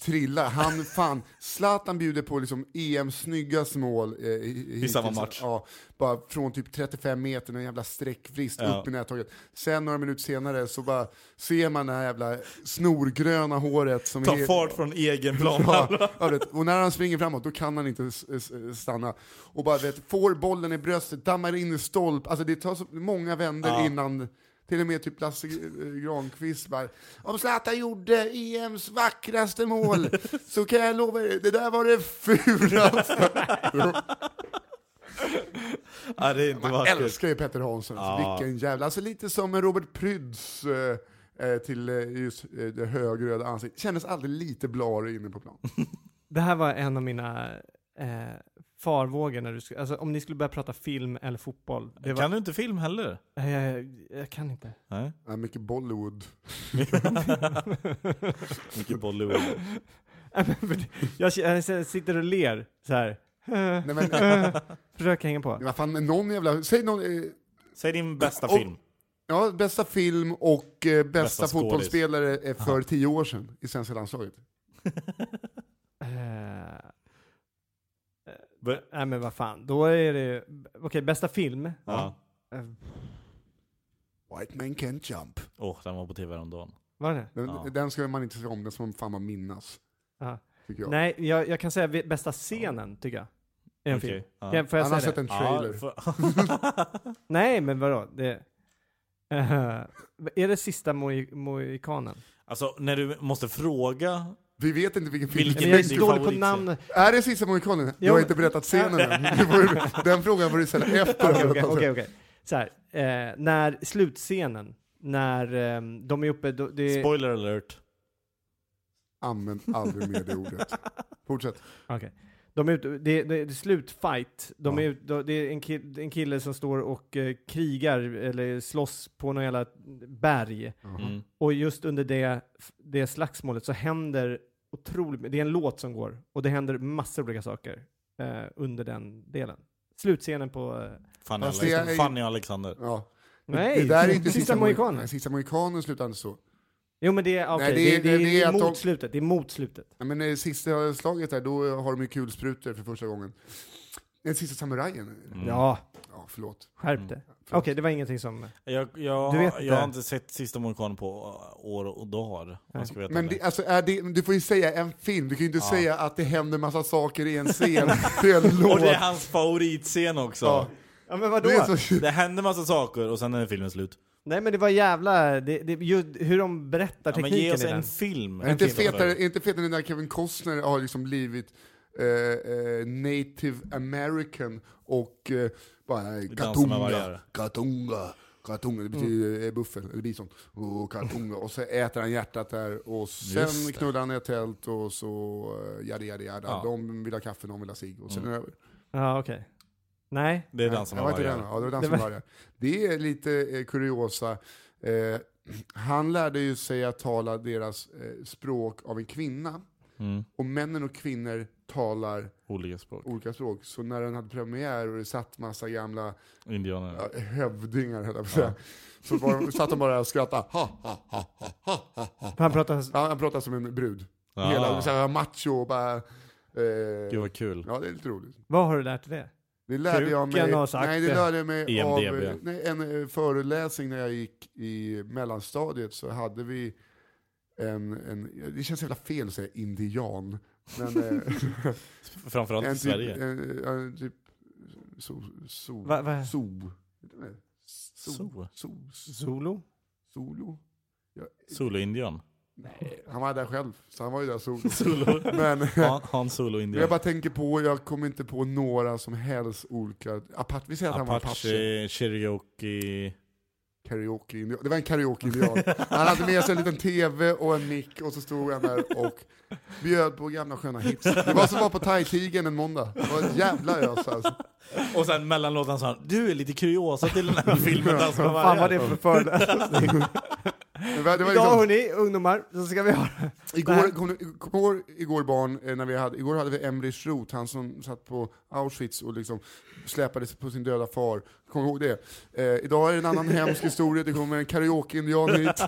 Speaker 3: Trilla, han fan, Zlatan bjuder på liksom EMs snyggaste mål eh, i, hittills.
Speaker 1: samma match.
Speaker 3: Ja, bara från typ 35 meter, en jävla sträckvrist
Speaker 1: Ja.
Speaker 3: upp i nättaket. Sen några minuter senare så bara ser man det här jävla snorgröna håret som
Speaker 1: tar
Speaker 3: är-
Speaker 1: fart från egen plan. [LAUGHS]
Speaker 3: Ja, jag vet. Och när han springer framåt, då kan han inte s- s- stanna. Och bara vet, får bollen i bröstet, dammar in i stolp. Alltså det tar så många vänder innan, till och med typ Lasse G- Granqvist bara, om Zlatan gjorde EMs vackraste mål så kan jag lova er, det där var det fulaste.
Speaker 1: Ja, det är inte
Speaker 3: Man
Speaker 1: vackert.
Speaker 3: älskar ju Petter Hansson, alltså, vilken jävla, alltså lite som Robert Pryds eh, eh, till eh, just eh, det högröda ansiktet. Kändes aldrig lite blarig inne på plan.
Speaker 2: Det här var en av mina eh, farvågor när du skulle, alltså om ni skulle börja prata film eller fotboll. Det var,
Speaker 1: Kan du inte film heller?
Speaker 2: Eh, jag, jag kan inte. [LAUGHS]
Speaker 1: Nej.
Speaker 3: Ja, Äh, mycket Bollywood.
Speaker 1: [LAUGHS] Mycket Bollywood.
Speaker 2: Nej, men för det- jag, jag sitter och ler så här.
Speaker 3: Nej,
Speaker 2: [LAUGHS]
Speaker 3: men,
Speaker 2: Försök hänga på.
Speaker 3: Ja, fan, men någon jävla, säg någon, eh,
Speaker 1: Säg din bästa
Speaker 3: Och-
Speaker 1: [LAUGHS] film.
Speaker 3: ja, bästa film och eh, bästa,
Speaker 1: Bästa skådis.
Speaker 3: fotbollsspelare eh, för tio år sedan i svenska landslaget.
Speaker 2: Eh,
Speaker 1: B-
Speaker 2: nej men vad fan, då är det, okej bästa film.
Speaker 1: ja.
Speaker 2: Eh,
Speaker 3: White man can jump.
Speaker 1: Åh, den var på tv häromdagen.
Speaker 2: var det?
Speaker 3: Den,
Speaker 1: Ja.
Speaker 3: den ska man inte se om, den ska man fan man minnas.
Speaker 2: Ja.
Speaker 3: Tycker jag.
Speaker 2: Nej, jag, jag kan säga vi- bästa scenen tycker jag. Är en
Speaker 1: Okej,
Speaker 2: film.
Speaker 1: ja.
Speaker 2: Kan, får jag
Speaker 3: Han har
Speaker 2: säga
Speaker 3: sett
Speaker 2: det?
Speaker 3: en trailer.
Speaker 1: Ja, för- [LAUGHS]
Speaker 2: Nej men vadå? Det, Eh, [LAUGHS] är det sista Moj- mohikanen?
Speaker 1: alltså, när du måste fråga...
Speaker 3: Vi vet inte vilken film
Speaker 1: Vilken
Speaker 2: Men
Speaker 3: det
Speaker 2: jag
Speaker 3: är.
Speaker 2: är
Speaker 1: din
Speaker 2: dålig på
Speaker 1: favoritserie? [LAUGHS]
Speaker 2: namn.
Speaker 3: Är det sista mohikanen? Du
Speaker 2: Jo,
Speaker 3: har
Speaker 2: men-
Speaker 3: inte berättat scenen
Speaker 2: [LAUGHS]
Speaker 3: än. Det får du- Den frågan får du ställa efter.
Speaker 2: Okej, okej, okej, okej. Så här, eh, när slutscenen, när ehm, de är uppe, då, det,
Speaker 1: Spoiler alert.
Speaker 3: Använd aldrig mer det ordet. Fortsätt.
Speaker 2: Okej. De är ute, det, det, det är slutfight. De
Speaker 3: Ja.
Speaker 2: är, ute- det är en, kill, en kille som står och eh, krigar eller slåss på någon jävla berg.
Speaker 1: Mm.
Speaker 2: Och just under det, det slagsmålet så händer otroligt Det är en låt som går och det händer massor olika saker eh, under den delen. Slutscenen på... Eh,
Speaker 1: Fanny,
Speaker 3: Fast
Speaker 1: Alexander.
Speaker 3: det är-
Speaker 1: Fanny och Alexander.
Speaker 3: Ja.
Speaker 2: nej,
Speaker 3: det där är inte
Speaker 2: sista, mohikanen.
Speaker 3: Nej, Sista mohikanen slutar inte så.
Speaker 2: Jo men det är, okay,
Speaker 3: Nej,
Speaker 2: det, är, det, är,
Speaker 3: det är att
Speaker 2: mot
Speaker 3: de- Mm.
Speaker 2: slutet. Det är mot slutet.
Speaker 3: Ja, men i sista slaget där, då har de ju kulsprutor för första gången. Den sista samurajen.
Speaker 1: Mm.
Speaker 2: Ja,
Speaker 3: Ja, förlåt.
Speaker 2: skärp det. Okej, det var ingenting som...
Speaker 1: Jag, jag,
Speaker 2: Du vet
Speaker 1: jag har
Speaker 2: det.
Speaker 1: inte sett Sista Mohikanen på eh, år och dagar. om jag ska veta
Speaker 3: Men
Speaker 1: det.
Speaker 3: det, alltså, är det, du får ju säga en film, du kan ju inte säga att det händer massa saker i en scen, [LAUGHS] i en låt.
Speaker 1: Och det är hans favoritscen också.
Speaker 3: Ja. typ.
Speaker 2: Ja men vadå?
Speaker 3: Det är så-
Speaker 1: Det händer massa saker och sen är filmen slut.
Speaker 2: Nej men det var jävla, det, det, ju, hur de berättar
Speaker 1: Ja, men
Speaker 2: tekniken
Speaker 1: ge oss
Speaker 2: i den.
Speaker 1: en film.
Speaker 3: Är inte
Speaker 1: En film.
Speaker 3: fetare, är inte fetare än när Kevin Costner har liksom blivit eh, eh, native american och eh, bara eh,
Speaker 1: Dansa med
Speaker 3: katunga,
Speaker 1: vargar.
Speaker 3: katunga, katunga, det betyder mm. buffel eller bison, och katunga, och så äter han hjärtat där och sen knullar han i ett tält och så eh, yada yada yada,
Speaker 1: Ja. Mm.
Speaker 3: de vill ha kaffe, de vill ha cigg och sen är det över.
Speaker 2: Ja okej. Nej.
Speaker 1: Det är
Speaker 3: Ja,
Speaker 1: Dansa med
Speaker 3: var inte
Speaker 1: vargar.
Speaker 3: den, ja, det var
Speaker 2: Det
Speaker 3: Dansa
Speaker 2: var-
Speaker 3: med vargar. Det är lite eh, kuriosa. Eh, [CLEARS THROAT] han lärde ju sig att tala deras eh, språk av en kvinna.
Speaker 1: Mm.
Speaker 3: Och männen och kvinnor talar
Speaker 1: Olika språk.
Speaker 3: olika språk. Så när den hade premiär och det satt massa gamla
Speaker 1: Indianer.
Speaker 3: ja, hövdingar, höll jag på att säga. Så var, de- satt de bara och
Speaker 1: [LAUGHS]
Speaker 3: skrattade. Ha, ha, ha, ha, ha, ha, ha.
Speaker 2: Han pratar...
Speaker 3: Han, han pratade som en brud.
Speaker 1: Ah.
Speaker 3: Hela, så här, macho och bara... Eh,
Speaker 1: Gud vad kul.
Speaker 3: Ja, det är lite roligt.
Speaker 2: Vad har du lärt dig det?
Speaker 3: Det lärde jag mig,
Speaker 2: Kuken har sagt
Speaker 3: nej, det
Speaker 2: det.
Speaker 3: lärde jag mig av
Speaker 1: IMDb.
Speaker 3: eh, nej, en eh, föreläsning när jag gick i mellanstadiet så hade vi en, en det känns jävla fel att säga indian, men eh,
Speaker 1: [LAUGHS]
Speaker 3: [LAUGHS]
Speaker 1: Framförallt i
Speaker 3: en typ,
Speaker 1: Sverige.
Speaker 3: en, en typ so, so,
Speaker 2: Va- va?
Speaker 3: so, so,
Speaker 1: So.
Speaker 3: so, so,
Speaker 2: Solo?
Speaker 3: solo. Ja,
Speaker 1: Solo-indian.
Speaker 3: han var där själv, så han var ju där solo.
Speaker 1: Solo.
Speaker 3: Men,
Speaker 1: Han, han
Speaker 3: jag
Speaker 1: solo-indian.
Speaker 3: bara tänker på, jag kommer inte på några som helst olika, apache, vi säger att han var apache.
Speaker 1: Apache, Cherokee.
Speaker 3: karaoke Det var en karaoke-indian. Han hade med sig en liten tv och en mick och så stod han där och bjöd på gamla sköna hits. Det var som att vara på Thai-tigern en måndag. Det var ett jävla ös alltså.
Speaker 1: Och sen
Speaker 3: [LAUGHS]
Speaker 1: mellan låtarna sa han Du är lite kuriosa till den här filmen Dansa med
Speaker 2: Fan vad det
Speaker 1: vargar.
Speaker 2: är för föreläsning.
Speaker 3: Men [LAUGHS] det var
Speaker 2: Idag
Speaker 3: liksom,
Speaker 2: hörni, ungdomar, så ska vi ha
Speaker 3: igår, kom, igår, igår barn, eh, när vi hade, igår hade vi Emrich Roth, han som satt på Auschwitz och liksom släpades på sin döda far. Kommer du ihåg det? Eh, idag är det
Speaker 2: [LAUGHS]
Speaker 3: en annan hemsk historia, det kommer en karaoke-indian hit.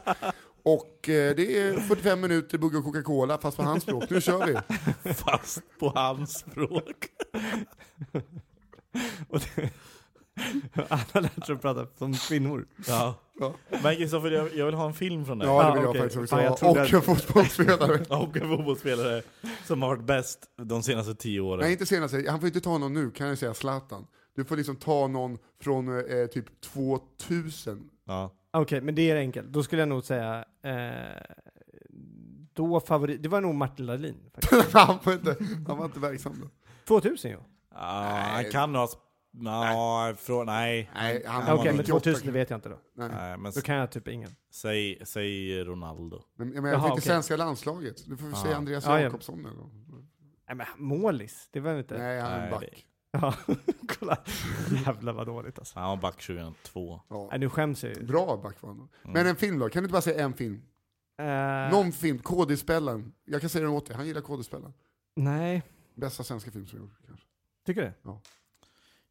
Speaker 3: Och eh, det är 45 minuter bugg och Coca-Cola, fast på hans språk. Nu kör vi!
Speaker 1: Fast på hans språk.
Speaker 2: Och det- Alla lär sig att prata som kvinnor.
Speaker 1: Ja.
Speaker 3: Ja.
Speaker 1: Men Kristoffer, jag, jag vill ha en film från dig.
Speaker 3: Ja, det
Speaker 2: Ah,
Speaker 3: vill jag
Speaker 2: okej.
Speaker 3: faktiskt också
Speaker 2: Fan, jag
Speaker 3: ha.
Speaker 2: trodde
Speaker 3: Och
Speaker 2: att- [LAUGHS]
Speaker 3: en fotbollsspelare.
Speaker 1: Och en fotbollsspelare som har varit bäst de senaste tio åren.
Speaker 3: Nej, inte senast. Han får inte ta någon nu, kan jag säga, Zlatan. Du får liksom ta någon från eh, typ 2000.
Speaker 1: Ja.
Speaker 2: Okej, men det är enkelt. Då skulle jag nog säga... Eh, då favorit... Det var nog Martin Dahlin.
Speaker 3: [LAUGHS]
Speaker 2: faktiskt.
Speaker 3: [LAUGHS] han, var inte, han var inte verksam då.
Speaker 2: 2000 ju.
Speaker 1: Ah, han kan ha... sp- Ja, från, nej.
Speaker 3: Nej, han
Speaker 2: Okej,
Speaker 3: var
Speaker 2: men
Speaker 3: 98.
Speaker 2: 2000 vet jag inte då.
Speaker 1: nej men
Speaker 2: Då
Speaker 1: s-
Speaker 2: kan jag typ ingen.
Speaker 1: säg, säg Ronaldo.
Speaker 3: Men, men jag
Speaker 2: Jaha,
Speaker 3: tänkte
Speaker 2: okej.
Speaker 3: svenska landslaget. Du får vi säga Andreas
Speaker 2: Ja, ja.
Speaker 3: Jakobsson nu då.
Speaker 2: Nej men målis, det var väl inte...
Speaker 3: Nej, han är
Speaker 1: Nej,
Speaker 3: en
Speaker 1: det-
Speaker 3: back.
Speaker 2: Ja, [LAUGHS] kolla. Jävlar vad dåligt alltså.
Speaker 1: Han var back Mm. 2002.
Speaker 2: Nej, Mm. nu skäms jag ju.
Speaker 3: Bra back var han. då. Men eh, en film då? Kan du inte bara säga en film?
Speaker 2: Eh,
Speaker 3: Någon film? KD-spelaren. Jag kan säga den åt dig. Han gillar KD-spelaren.
Speaker 2: Eh, Nej,
Speaker 3: Bästa svenska film som gjorts kanske.
Speaker 2: tycker du?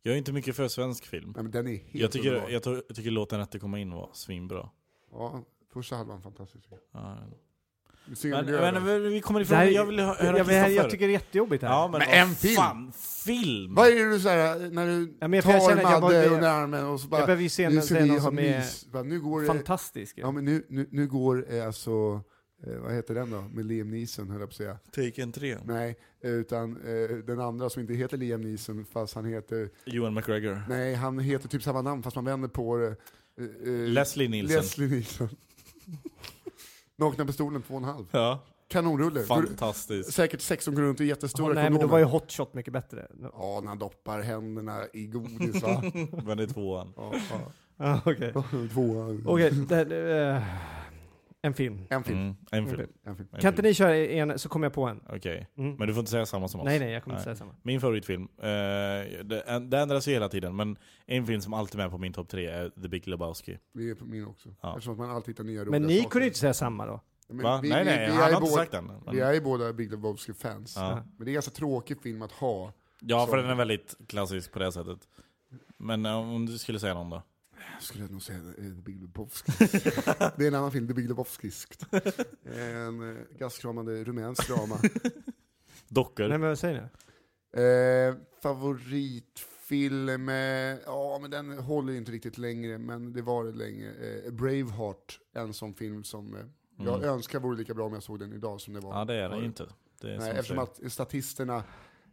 Speaker 1: Jag är inte mycket för svensk film.
Speaker 3: Nej men den är helt
Speaker 1: Jag tycker,
Speaker 3: underbar.
Speaker 1: jag, to- jag tycker låten Rätt att komma in var svinbra.
Speaker 3: Ja, första halvan fantastisk.
Speaker 1: Ja.
Speaker 3: Vi ser
Speaker 1: Men,
Speaker 3: en miljö
Speaker 1: men
Speaker 3: där.
Speaker 1: vi kommer
Speaker 2: Det
Speaker 1: ifrån,
Speaker 2: här,
Speaker 1: jag vill hö- höra
Speaker 2: jag, jag, jag
Speaker 1: Kristoffer.
Speaker 2: tycker det är jättejobbigt här.
Speaker 1: Ja, men,
Speaker 3: Men
Speaker 1: vad
Speaker 3: en film!
Speaker 1: Fan, film!
Speaker 3: Vad är det du säger när du
Speaker 2: Ja, men jag- för jag
Speaker 3: tar
Speaker 2: känner- jag var-
Speaker 3: Madde
Speaker 2: jag-
Speaker 3: under armen och så bara...
Speaker 2: jag behöver ju se
Speaker 3: nu
Speaker 2: en-
Speaker 3: ska
Speaker 2: se
Speaker 3: vi
Speaker 2: någon
Speaker 3: ha
Speaker 2: som är
Speaker 3: mys. Bara, nu går det...
Speaker 2: fantastisk. ju.
Speaker 3: Ja men nu, nu, nu går eh, alltså, eh, vad heter den då, med Liam Neeson höll jag på att säga.
Speaker 1: Taken 3.
Speaker 3: Nej, eh, utan eh, den andra som inte heter Liam Neeson fast han heter,
Speaker 1: Johan McGregor.
Speaker 3: nej han heter typ samma namn fast man vänder på det. Eh, eh,
Speaker 1: Leslie Nielsen.
Speaker 3: Leslie Nielsen. [LAUGHS] Nakna pistolen, två och en halv.
Speaker 1: Ja,
Speaker 3: Kanonrulle. Går-
Speaker 1: fantastisk.
Speaker 3: Säkert sex som går runt i jättestora
Speaker 2: Åh, nej, men då
Speaker 3: kondomer.
Speaker 2: var ju Hot Shot mycket bättre.
Speaker 3: Ja, när han doppar händerna i godis
Speaker 1: [LAUGHS]
Speaker 3: va?
Speaker 1: Men det är tvåan.
Speaker 3: ja, ja.
Speaker 2: [LAUGHS] Ja, Okej,
Speaker 3: Tvåan.
Speaker 2: Okej, det- eh, en film.
Speaker 3: En film.
Speaker 1: Mm, en film.
Speaker 3: En film.
Speaker 1: En
Speaker 2: Kan inte
Speaker 1: film.
Speaker 2: ni köra en så kommer jag på en?
Speaker 1: Okej,
Speaker 2: Mm.
Speaker 1: men du får inte säga samma som oss.
Speaker 2: Nej, nej, jag kommer inte säga samma.
Speaker 1: Min favoritfilm, eh, det, en- det ändras ju hela tiden, men en film som alltid är med på min topp tre är The Big Lebowski.
Speaker 3: Det är på min också.
Speaker 1: Ja.
Speaker 3: Eftersom att man alltid hittar nya roliga
Speaker 2: Men ni
Speaker 3: saker.
Speaker 2: kunde ju inte säga samma då.
Speaker 3: Men
Speaker 1: Va?
Speaker 3: vi-
Speaker 1: nej,
Speaker 3: vi-
Speaker 1: nej,
Speaker 3: vi är
Speaker 1: han har
Speaker 3: båda-
Speaker 1: inte sagt den. Men,
Speaker 3: Vi är ju båda Big Lebowski-fans.
Speaker 1: ja.
Speaker 3: Men det är en ganska tråkig film att ha.
Speaker 1: ja,
Speaker 3: Så.
Speaker 1: för den är väldigt klassisk på det sättet. Men eh, om du skulle säga någon då?
Speaker 3: Jag skulle nog säga eh, The Big Lebowski. det är en annan film, The Big Lebowskiskt. En eh, gastkramande rumänsk drama.
Speaker 1: Dockor?
Speaker 2: Nej men vad säger ni?
Speaker 3: eh, favoritfilm, eh, ja men den håller ju inte riktigt längre, men det var det länge. Eh, Braveheart, en sån film som eh, jag
Speaker 1: Mm.
Speaker 3: önskar vore lika bra om jag såg den idag som det var.
Speaker 1: Ja, det är
Speaker 3: var
Speaker 1: det ju inte. Det är
Speaker 3: Nej,
Speaker 1: som
Speaker 3: eftersom
Speaker 1: säger.
Speaker 3: att statisterna